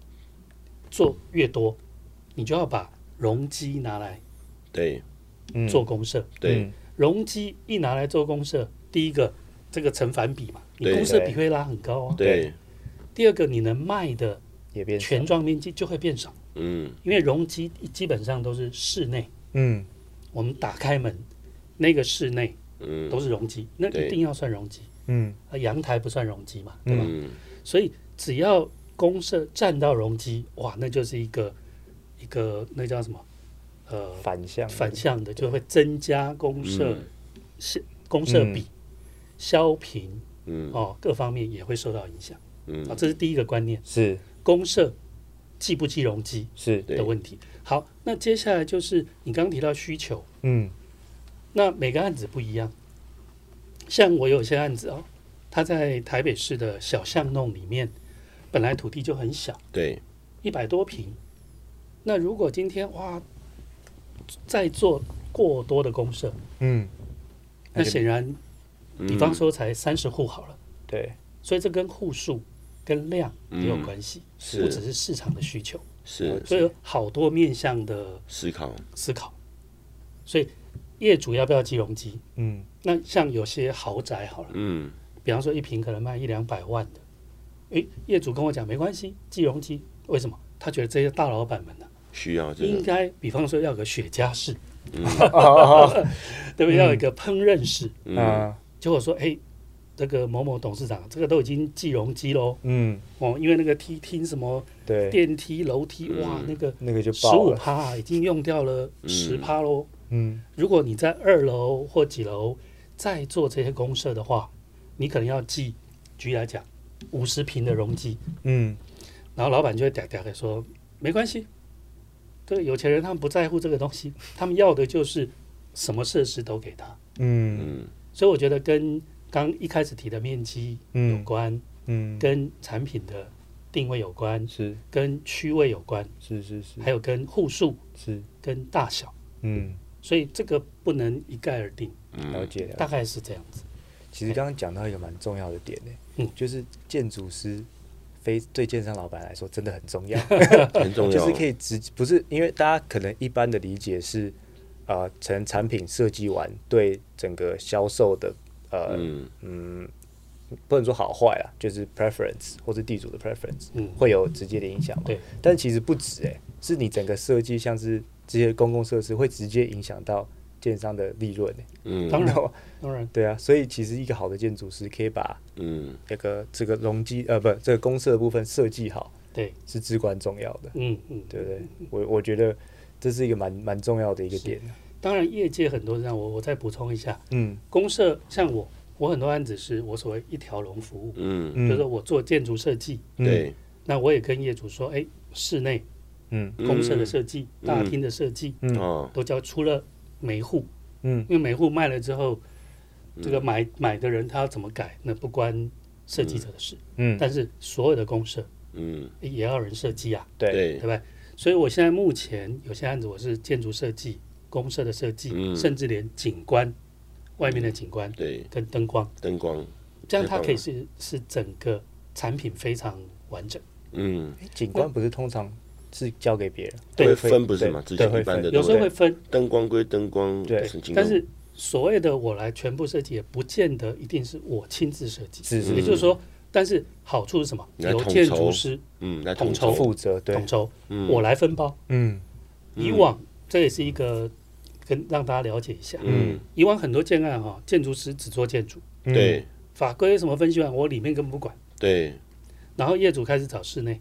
Speaker 2: 做越多，你就要把容积拿来
Speaker 3: 对
Speaker 1: 嗯
Speaker 2: 做公社，
Speaker 3: 对，
Speaker 2: 容积一拿来做公社，第一个这个成反比嘛，你
Speaker 3: 对
Speaker 2: 公社比会拉很高啊。
Speaker 3: 对，
Speaker 2: 第二个，你能卖的
Speaker 1: 也变
Speaker 2: 全
Speaker 1: 成
Speaker 2: 幢面积就会变少，
Speaker 3: 嗯
Speaker 2: 因为容积基本上都是室内，
Speaker 1: 嗯
Speaker 2: 我们打开门，那个室内
Speaker 3: 嗯
Speaker 2: 都是容积，那
Speaker 3: 对
Speaker 2: 一定要算容积，
Speaker 1: 嗯
Speaker 2: 呃阳台不算容积嘛，对吧？
Speaker 3: 嗯
Speaker 2: 所以只要公社占到容积，哇，那就是一个一个那叫什么？呃，
Speaker 1: 反向
Speaker 2: 反向的就会增加公社
Speaker 3: 嗯
Speaker 2: 是公社比、消平
Speaker 3: 嗯
Speaker 2: 哦，各方面也会受到影响。
Speaker 3: 嗯
Speaker 2: 啊，这是第一个观念，
Speaker 1: 是
Speaker 2: 公社计不计容积
Speaker 1: 是
Speaker 3: 对
Speaker 2: 的问题。好，那接下来就是你刚刚提到需求，
Speaker 1: 嗯
Speaker 2: 那每个案子不一样。像我有些案子哦，他在台北市的小巷弄里面，本来土地就很小，
Speaker 3: 对，
Speaker 2: 一百多平。那如果今天哇，再做过多的公社，
Speaker 1: 嗯
Speaker 2: 那显然，
Speaker 3: 嗯
Speaker 2: 比方说才三十户好了，
Speaker 1: 对
Speaker 2: 所以这跟户数、跟量也有关系，
Speaker 3: 嗯是
Speaker 2: 不只是市场的需求，
Speaker 3: 是
Speaker 2: 所以有好多面向的
Speaker 3: 思考，
Speaker 2: 思考。所以业主要不要计容积？
Speaker 1: 嗯
Speaker 2: 那像有些豪宅好了，
Speaker 3: 嗯
Speaker 2: 比方说一平可能卖一两百万的，诶，业主跟我讲没关系，计容积，为什么？他觉得这些大老板们呢、
Speaker 3: 需要这
Speaker 2: 应
Speaker 3: 个，
Speaker 2: 该比方说要有个雪茄室，
Speaker 1: 哦
Speaker 2: (laughs) 对
Speaker 1: (laughs)
Speaker 2: 不对？要有一个烹饪室。
Speaker 3: 嗯
Speaker 1: 啊
Speaker 2: 结果说，诶，这个某某董事长，这个都已经计容积喽，
Speaker 1: 嗯
Speaker 2: 哦，因为那个梯厅什么
Speaker 1: 对，
Speaker 2: 电梯、楼梯，哇，
Speaker 3: 嗯
Speaker 2: 那个
Speaker 1: 那个就
Speaker 2: 十
Speaker 1: 爆
Speaker 2: 五
Speaker 1: 了，
Speaker 2: 趴已经用掉了十趴喽。
Speaker 1: 嗯
Speaker 2: 如果你在二楼或几楼再做这些公社的话，你可能要记，举例来讲，五十平的容积，
Speaker 1: 嗯
Speaker 2: 然后老板就会嗲嗲的说，没关系，这个有钱人他们不在乎这个东西，他们要的就是什么设施都给他。
Speaker 1: 嗯
Speaker 3: 嗯
Speaker 2: 所以我觉得跟刚一开始提的面积有
Speaker 1: 嗯
Speaker 2: 关，
Speaker 1: 嗯，
Speaker 2: 跟产品的定位有关，
Speaker 1: 是
Speaker 2: 跟区位有关，
Speaker 1: 是是是
Speaker 2: 还有跟户数、
Speaker 1: 是
Speaker 2: 跟大小。
Speaker 1: 嗯
Speaker 2: 所以这个不能一概而定，
Speaker 1: 了
Speaker 3: 嗯
Speaker 1: 解了解
Speaker 2: 大概是这样子。
Speaker 1: 其实刚刚讲到一个蛮重要的点呢、
Speaker 2: 嗯
Speaker 1: 就是建筑师非对建商老板来说真的很重要，
Speaker 3: 很重
Speaker 1: 就
Speaker 3: 要
Speaker 1: 是，可以直不是因为大家可能一般的理解是，呃，成产品设计完对整个销售的呃
Speaker 3: 嗯
Speaker 1: 嗯不能说好坏啦，就是 preference 或是地主的 preference
Speaker 2: 嗯
Speaker 1: 会有直接的影响嘛。
Speaker 2: 对，
Speaker 1: 但其实不止诶、是你整个设计像是这些公共设施会直接影响到建商的利润、欸，
Speaker 3: 嗯
Speaker 2: 当
Speaker 1: 你知
Speaker 2: 然
Speaker 1: 道吗？
Speaker 2: 当然，
Speaker 1: 对啊，所以其实一个好的建筑师可以把
Speaker 3: 嗯
Speaker 1: 那个这个容积呃不这个公社的部分设计好
Speaker 2: 对，
Speaker 1: 是至关重要的，
Speaker 2: 嗯嗯，
Speaker 1: 对不对？我我觉得这是一个蛮蛮重要的一个点。
Speaker 2: 当然，业界很多这样，我我再补充一下，
Speaker 1: 嗯
Speaker 2: 公社像我，我很多案子是我所谓一条龙服务，
Speaker 3: 嗯
Speaker 1: 嗯，
Speaker 2: 就是说我做建筑设计，
Speaker 1: 嗯
Speaker 3: 对，
Speaker 2: 那我也跟业主说，哎，室内
Speaker 1: 嗯
Speaker 2: 公社的设计、大厅的设计、
Speaker 1: 嗯
Speaker 3: 哦，
Speaker 2: 都交出了每户，
Speaker 1: 嗯
Speaker 2: 因为每户卖了之后，这个买买的人他要怎么改，那不关设计者的事，
Speaker 1: 嗯，
Speaker 2: 但是所有的公社
Speaker 3: 嗯，
Speaker 2: 也要有人设计啊，
Speaker 1: 对，
Speaker 2: 对
Speaker 3: 对，
Speaker 2: 不对？所以我现在目前有些案子我是建筑设计、公社的设计，
Speaker 3: 嗯
Speaker 2: 甚至连景观外面的景观
Speaker 3: 对，
Speaker 2: 跟灯光，
Speaker 3: 灯光，
Speaker 2: 这样它
Speaker 3: 灯光
Speaker 2: 可以是是整个产品非常完整。
Speaker 3: 嗯，
Speaker 1: 诶景观不是通常是交给别人，
Speaker 2: 对
Speaker 3: 会
Speaker 1: 会
Speaker 3: 分不是吗？之
Speaker 1: 对
Speaker 3: 前
Speaker 1: 会
Speaker 3: 一般的
Speaker 1: 分
Speaker 3: 都
Speaker 2: 有时候
Speaker 3: 会
Speaker 2: 会分，
Speaker 3: 灯光归灯光，
Speaker 1: 对
Speaker 3: 景
Speaker 2: 但
Speaker 3: 观
Speaker 2: 是所谓的我来全部设计，也不见得一定是我亲自设计。
Speaker 1: 是是
Speaker 2: 也就是说，但是好处是什么？
Speaker 3: 你来
Speaker 2: 有
Speaker 3: 统
Speaker 2: 建
Speaker 3: 筹
Speaker 2: 筑师
Speaker 3: 嗯，来
Speaker 2: 统
Speaker 3: 统
Speaker 2: 筹
Speaker 3: 筹，
Speaker 1: 负责呃对哦
Speaker 2: 统，筹，我来分包。
Speaker 1: 嗯
Speaker 2: 以往这也是一个跟让大家了解一下，
Speaker 3: 嗯，
Speaker 2: 以往很多建案哈，建筑师只做建筑，
Speaker 1: 嗯
Speaker 3: 对
Speaker 2: 法规什么分析完，我里面根本不管。
Speaker 3: 对，
Speaker 2: 然后业主开始找室内，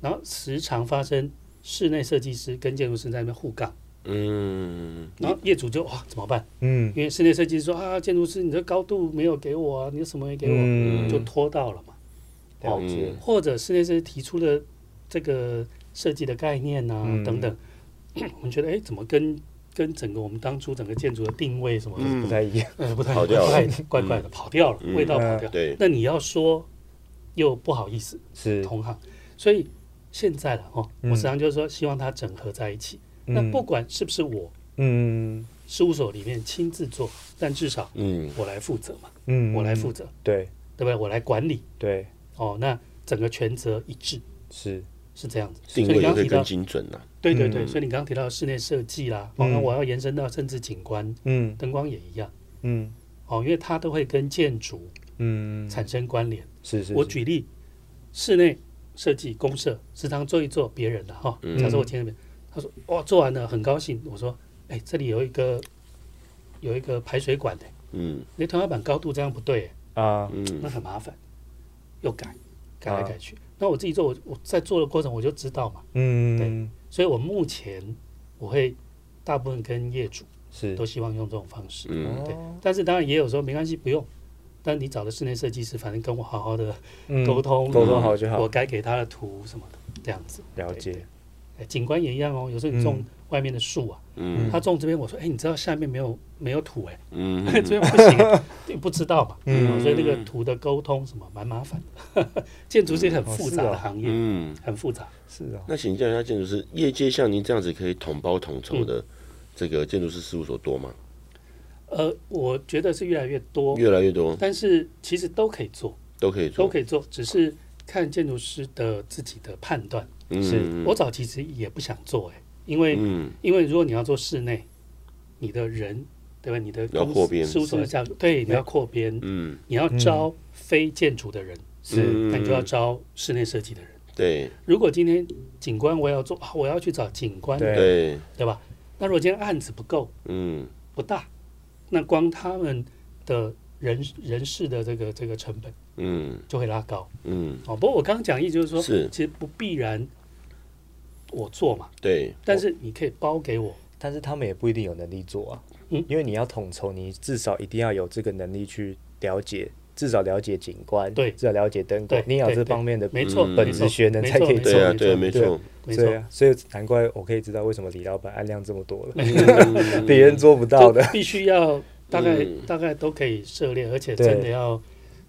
Speaker 2: 然后时常发生室内设计师跟建筑师在那边互杠，
Speaker 3: 嗯，
Speaker 2: 然后业主就哇怎么办？
Speaker 1: 嗯
Speaker 2: 因为室内设计师说啊，建筑师你的高度没有给我啊，你的什么没给我，
Speaker 1: 嗯
Speaker 2: 就拖到了嘛。
Speaker 1: 了解，
Speaker 2: 或者室内设计提出了这个设计的概念啊、
Speaker 1: 嗯
Speaker 2: 等 (clears throat) 等，我们觉得哎，怎么跟跟整个我们当初整个建筑的定位什么的，
Speaker 1: 嗯不太一样，
Speaker 2: 呃，不太
Speaker 3: 跑掉了
Speaker 2: 怪怪怪的，跑掉了，
Speaker 3: 嗯
Speaker 2: 味道跑掉。
Speaker 3: 对，
Speaker 2: 那你要说又不好意思，
Speaker 1: 是
Speaker 2: 同行，所以现在了哦，我
Speaker 1: 嗯
Speaker 2: 时常就是说希望它整合在一起。那
Speaker 1: 嗯
Speaker 2: 不管是不是我
Speaker 1: 嗯
Speaker 2: 事务所里面亲自做，但至少
Speaker 3: 嗯，
Speaker 2: 我来负责嘛，
Speaker 1: 嗯，
Speaker 2: 我来负
Speaker 1: 责，
Speaker 2: 责，
Speaker 1: 对
Speaker 2: 对不对？我来管理
Speaker 1: 对
Speaker 2: 哦，那整个权责一致
Speaker 1: 是，
Speaker 2: 是这样子。所
Speaker 3: 定
Speaker 2: 以你
Speaker 3: 位
Speaker 2: 刚刚
Speaker 3: 也会
Speaker 2: 提
Speaker 3: 更
Speaker 2: 到，
Speaker 3: 精准呐，
Speaker 2: 对对对，
Speaker 3: 嗯
Speaker 2: 所以你刚刚提到室内设计啦，哦，
Speaker 1: 嗯
Speaker 2: 那我要延伸到甚至景观、
Speaker 1: 嗯
Speaker 2: 灯光也一样
Speaker 1: 嗯
Speaker 2: 哦，因为它都会跟建筑
Speaker 1: 嗯，
Speaker 2: 产生关联。
Speaker 1: 是是，
Speaker 2: 我
Speaker 1: 是
Speaker 2: 举例，室内设计公社时常做一做别人的哈，
Speaker 3: 嗯
Speaker 2: 假设我今天那边，他说哇做完了很高兴，我说哎这里有一个有一个排水管的，
Speaker 3: 嗯
Speaker 2: 你天花板高度这样不对，
Speaker 1: 啊，
Speaker 2: 那
Speaker 3: 嗯，
Speaker 2: 很麻烦，又改改来
Speaker 1: 啊
Speaker 2: 改去。那我自己做，我我在做的过程我就知道嘛，
Speaker 1: 嗯，
Speaker 2: 所以我目前我会大部分跟业主
Speaker 1: 是
Speaker 2: 都希望用这种方式，
Speaker 3: 嗯
Speaker 2: 对
Speaker 1: 哦。
Speaker 2: 但是当然也有说没关系不用，但你找的室内设计师，反正跟我好好的
Speaker 1: 嗯
Speaker 2: 沟通
Speaker 1: 沟通好就好
Speaker 2: 我，该给他的图什么的，这样子。
Speaker 1: 了
Speaker 2: 对
Speaker 1: 解，
Speaker 2: 哎景观也一样哦，有时候你种外面的树啊，
Speaker 3: 嗯
Speaker 2: 他种这边，我说，哎，你知道下面没有没有土哎、
Speaker 3: 嗯，
Speaker 2: (laughs) 这边不行，你不知道嘛，哦
Speaker 1: 嗯
Speaker 2: 所以那个图的沟通什么蛮麻烦的。 (laughs) 建筑是一个很复杂的行业，
Speaker 3: 嗯，
Speaker 2: 很复杂。
Speaker 1: 是啊，
Speaker 3: 那请教一下建筑师，业界像您这样子可以统包统筹
Speaker 2: 嗯
Speaker 3: 的这个建筑师事务所多吗？
Speaker 2: 呃，我觉得是越来越多，
Speaker 3: 越来越多
Speaker 2: 但是其实都可以做，
Speaker 3: 都可以
Speaker 2: 都
Speaker 3: 做，
Speaker 2: 可以做，只是看建筑师的自己的判断。
Speaker 3: 嗯
Speaker 1: 是
Speaker 3: 嗯
Speaker 2: 我早期其实也不想做哎、因为
Speaker 3: 嗯
Speaker 2: 因为如果你要做室内，你的人对吧？你的
Speaker 3: 要
Speaker 2: 公司
Speaker 3: 扩编
Speaker 2: 事务所的架构，对，你要扩编，
Speaker 3: 嗯，
Speaker 2: 你要招非建筑的人，
Speaker 1: 是
Speaker 3: 嗯
Speaker 2: 那你就要招室内设计的人。
Speaker 3: 对
Speaker 2: 如果今天景观我也要做啊，我要去找景观的，
Speaker 1: 对
Speaker 3: 对，
Speaker 2: 对吧？那如果今天案子不够
Speaker 3: 嗯
Speaker 2: 不大，那光他们的人人事的这个这个成本
Speaker 3: 嗯
Speaker 2: 就会拉高
Speaker 3: 嗯，
Speaker 2: 哦。不过我刚刚讲意就是说，
Speaker 3: 是
Speaker 2: 其实不必然我做嘛，
Speaker 3: 对
Speaker 2: 但是你可以包给我，
Speaker 1: 但是他们也不一定有能力做啊，
Speaker 2: 嗯
Speaker 1: 因为你要统筹，你至少一定要有这个能力去了解，至少了解景观，
Speaker 2: 对
Speaker 1: 至少了解灯光
Speaker 2: 对，
Speaker 1: 你要有
Speaker 2: 对
Speaker 1: 这方面的
Speaker 2: 没错，
Speaker 3: 嗯
Speaker 2: 没
Speaker 1: 本
Speaker 2: 错
Speaker 1: 质学能才可以
Speaker 2: 没错
Speaker 3: 对啊
Speaker 2: 没错
Speaker 3: 对啊没
Speaker 1: 对
Speaker 3: 错，
Speaker 2: 没
Speaker 1: 对
Speaker 2: 错，
Speaker 1: 啊，所以难怪我可以知道为什么李老板案量这么多了，(laughs)
Speaker 3: 嗯
Speaker 1: 别人做不到的，
Speaker 2: 就必须要大概、
Speaker 3: 嗯
Speaker 2: 大概都可以涉猎，而且
Speaker 1: 对
Speaker 2: 真的要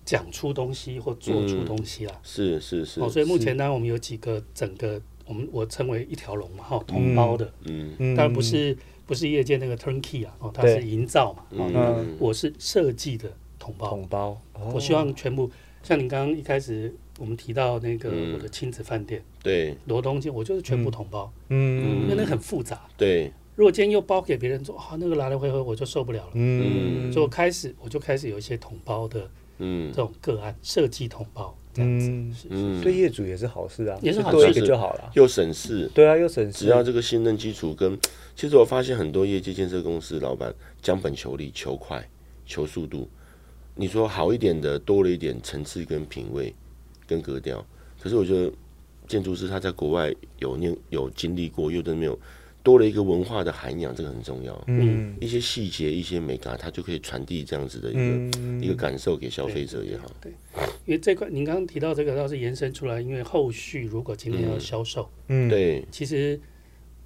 Speaker 2: 讲出东西或做出东西啦。
Speaker 3: 是是嗯是
Speaker 2: 哦，，所以目前
Speaker 1: 是
Speaker 2: 呢，我们有几个整个我们我称为一条龙嘛，哈、同包的，
Speaker 3: 嗯
Speaker 1: 嗯
Speaker 2: 当然不是不是业界那个 turnkey 啊，哦，它
Speaker 1: 对
Speaker 2: 是营造嘛，哦，那
Speaker 3: 嗯
Speaker 2: 我是设计的同胞，
Speaker 1: 统包，哦
Speaker 2: 我希望全部像你刚刚一开始我们提到那个
Speaker 3: 嗯
Speaker 2: 我的亲子饭店
Speaker 3: 对
Speaker 2: 罗东街，我就是全部同胞，因
Speaker 1: 嗯
Speaker 2: 为那个很复杂。
Speaker 3: 对
Speaker 2: 如果今天又包给别人做啊，那个来来回回我就受不了了。
Speaker 1: 嗯，
Speaker 2: 所以我开始我就开始有一些同胞的
Speaker 3: 嗯
Speaker 2: 这种个案设计同胞这样子，
Speaker 1: 嗯，
Speaker 2: 是
Speaker 3: 嗯，
Speaker 1: 对业主也是好事啊，
Speaker 2: 也是
Speaker 1: 就
Speaker 2: 好
Speaker 1: 多
Speaker 2: 事
Speaker 1: 一个就好了，
Speaker 3: 又省事，
Speaker 1: 对啊，又省事
Speaker 3: 只要，这个信任基础跟，其实我发现很多业界建设公司老板将本求利、求快、求速度。你说好一点的，多了一点层次跟品味跟格调。可是我觉得建筑师他在国外有念有经历过，又真没有多了一个文化的涵养，这个很重要。
Speaker 1: 嗯
Speaker 3: 一些细节、一些美感，它就可以传递这样子的一个、
Speaker 1: 嗯
Speaker 3: 一个感受给消费者也好。
Speaker 2: 因为这块您刚刚提到这个倒是延伸出来，因为后续如果今天要销售，
Speaker 1: 嗯，
Speaker 3: 对
Speaker 2: 其实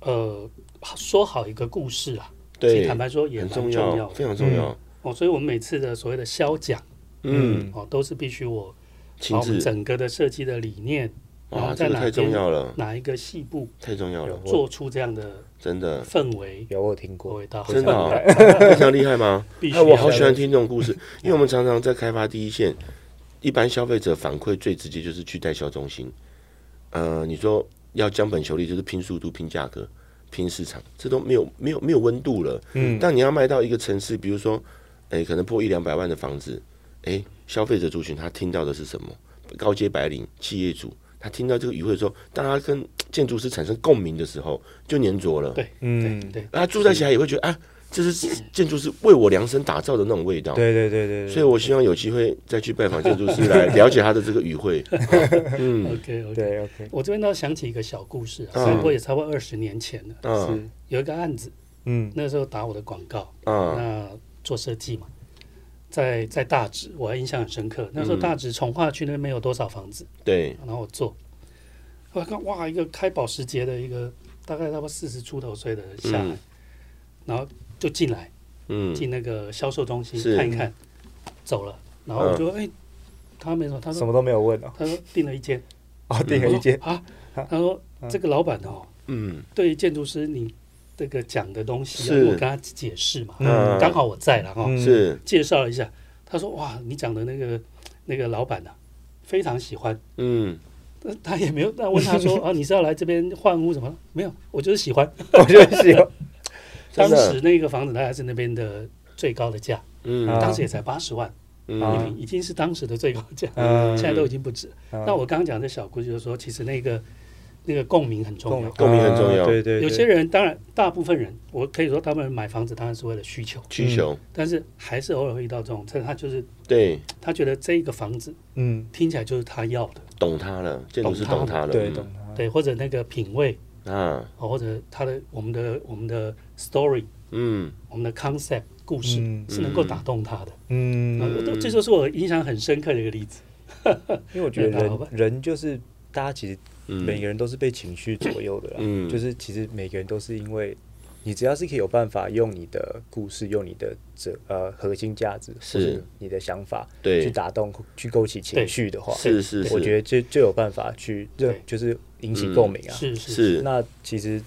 Speaker 2: 呃说好一个故事啊，其实
Speaker 3: 对，
Speaker 2: 坦白说也
Speaker 3: 很
Speaker 2: 蛮重
Speaker 3: 重
Speaker 2: 要
Speaker 3: 非
Speaker 2: 的
Speaker 3: 常重要。
Speaker 2: 哦，所以我们每次的所谓的销奖，
Speaker 3: 嗯，
Speaker 2: 哦，都是必须我把
Speaker 3: 亲
Speaker 2: 我们
Speaker 3: 自
Speaker 2: 整个的设计的理念，然
Speaker 3: 哇，
Speaker 2: 后在
Speaker 3: 这个
Speaker 2: 哪
Speaker 3: 太重
Speaker 2: 边
Speaker 3: 要了，
Speaker 2: 哪一个细部
Speaker 3: 太重要了，
Speaker 2: 做出这样的
Speaker 3: 真的
Speaker 2: 氛围，
Speaker 1: 有我有听
Speaker 2: 我
Speaker 1: 过，
Speaker 2: 味道
Speaker 3: 真的啊非常厉害吗？
Speaker 2: 必须
Speaker 3: 哎，我好
Speaker 2: 要
Speaker 3: 喜欢听这种故事，因为我们常常在开发第一线，一般消费者反馈最直接就是去代销中心。呃，你说要将本求利，就是拼速度、拼价格、拼市场，这都没有没有没有温度了。嗯，但你要卖到一个城市，比如说，哎，可能破一两百万的房子，哎，消费者族群他听到的是什么？高阶白领、企业主，他听到这个语汇之后，当他跟建筑师产生共鸣的时候，就粘着了。
Speaker 2: 对，
Speaker 1: 嗯
Speaker 2: 对对，
Speaker 3: 啊，住在起来也会觉得啊，这是建筑师为我量身打造的那种味道。
Speaker 1: 对对对对对，
Speaker 3: 所以我希望有机会再去拜访建筑师，来 (laughs) 了解他的这个
Speaker 1: (laughs)
Speaker 3: 语汇。
Speaker 2: OK OK。
Speaker 1: 对 OK，
Speaker 2: 我这边倒想起一个小故事啊，
Speaker 3: 嗯
Speaker 2: 差不多也差不多二十年前了。
Speaker 3: 嗯
Speaker 1: 是
Speaker 2: 有一个案子，
Speaker 1: 嗯
Speaker 2: 那时候打我的广告，
Speaker 3: 嗯
Speaker 2: 那做设计嘛，在在大直，我还印象很深刻。那时候
Speaker 3: 嗯
Speaker 2: 大直从化区那边没有多少房子，
Speaker 3: 对，
Speaker 2: 然后我做，我看哇，一个开保时捷的一个大概差不多四十出头岁的人下来，
Speaker 3: 嗯
Speaker 2: 然后就进来
Speaker 3: 嗯
Speaker 2: 进那个销售中心
Speaker 3: 是嗯
Speaker 2: 看一看，走了，然后我就哎、他没什么，他
Speaker 1: 什
Speaker 2: 说
Speaker 1: 么都没有问哦，
Speaker 2: 他说订了一间，
Speaker 1: 哦订了
Speaker 2: 我
Speaker 1: 一
Speaker 2: 说
Speaker 1: 间，
Speaker 2: 啊，他说这个老板哦。
Speaker 3: 嗯
Speaker 2: 对于建筑师你这个讲的东西、啊，
Speaker 3: 是
Speaker 2: 我跟他解释嘛，
Speaker 1: 嗯
Speaker 2: 刚好我在了哈、
Speaker 1: 嗯
Speaker 3: 是
Speaker 2: 介绍了一下，他说哇，你讲的那个那个老板啊，非常喜欢， (laughs)
Speaker 3: 嗯，
Speaker 2: 呃他也没有，那问他
Speaker 3: (laughs)
Speaker 2: 说啊，你是要来这边换屋什么？没有，我就是喜欢。
Speaker 1: 我就是有，
Speaker 2: 当
Speaker 3: 真的
Speaker 2: 时那个房子大概是那边的最高的价，
Speaker 1: 啊
Speaker 3: 嗯
Speaker 2: 当时也才八十万一
Speaker 3: 嗯
Speaker 1: 啊
Speaker 2: 平，已经是当时的最高价，
Speaker 1: 嗯
Speaker 2: 现在都已经不止了。
Speaker 1: 嗯
Speaker 2: 那我刚刚讲的小故事就是说，其实那个那个共鸣很重要。
Speaker 3: 共鸣很重要
Speaker 1: 啊对对，对
Speaker 2: 有些人当然，大部分人，我可以说他们买房子当然是为了需求，
Speaker 3: 需求
Speaker 1: 嗯
Speaker 2: 但是还是偶尔会遇到这种，但他就是
Speaker 3: 对，
Speaker 2: 他觉得这一个房子
Speaker 1: 嗯
Speaker 2: 听起来就是他要的，
Speaker 3: 懂他了，建筑师懂他了，
Speaker 1: 对
Speaker 3: 嗯
Speaker 1: 懂他，
Speaker 2: 对，或者那个品味，
Speaker 3: 啊，
Speaker 2: 哦或者他的我们的我们的 story，
Speaker 3: 嗯
Speaker 2: 我们的 concept 故事、
Speaker 1: 嗯
Speaker 2: 是能够打动他的。
Speaker 1: 嗯
Speaker 2: 那我都这就是我印象很深刻的一个例子。
Speaker 1: 因为我觉得
Speaker 2: 没办法吧
Speaker 1: 人人就是大家其实每
Speaker 3: 嗯
Speaker 1: 个人都是被情绪左右的啦，啊
Speaker 3: 嗯
Speaker 1: 就是其实每个人都是因为你只要是可以有办法用你的故事、用你的这呃核心价值
Speaker 3: 是
Speaker 1: 或者你的想法
Speaker 3: 对
Speaker 1: 去打动、去勾起情绪的话，
Speaker 3: 是是是，
Speaker 1: 我觉得就就有办法去热
Speaker 2: 对，
Speaker 1: 就是引起
Speaker 3: 嗯
Speaker 1: 共鸣啊。
Speaker 2: 是是
Speaker 3: 是
Speaker 1: 那其实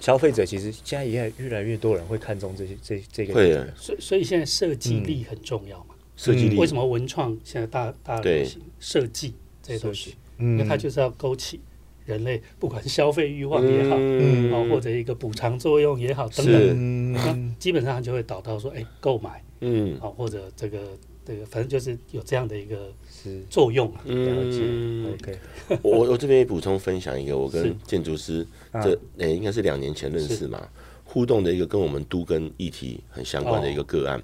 Speaker 1: 消费者其实现在也越来越多人会看重这些这这个
Speaker 3: 会啊
Speaker 2: 所以所以现在设计力很重要嘛？
Speaker 3: 设计
Speaker 1: 嗯
Speaker 3: 力
Speaker 2: 为什么文创现在大大流
Speaker 3: 对
Speaker 2: 行设计这些东西？因
Speaker 1: 嗯
Speaker 2: 为它就是要勾起人类不管是消费欲望也好，
Speaker 3: 嗯
Speaker 2: 哦或者一个补偿作用也好等
Speaker 3: 是
Speaker 2: 等。
Speaker 1: 嗯
Speaker 2: 那基本上就会导到说，哎、购买
Speaker 3: 嗯
Speaker 2: 啊，或者这个这个，反正就是有这样的一个
Speaker 1: 是
Speaker 2: 作用啊。
Speaker 1: 了解
Speaker 3: 嗯，
Speaker 1: OK
Speaker 3: (laughs) 我我我这边也补充分享一个，我
Speaker 2: 是
Speaker 3: 跟建筑师
Speaker 1: 啊
Speaker 3: 这诶、应该是两年前认识嘛，互动的一个跟我们都跟议题很相关的一个个案，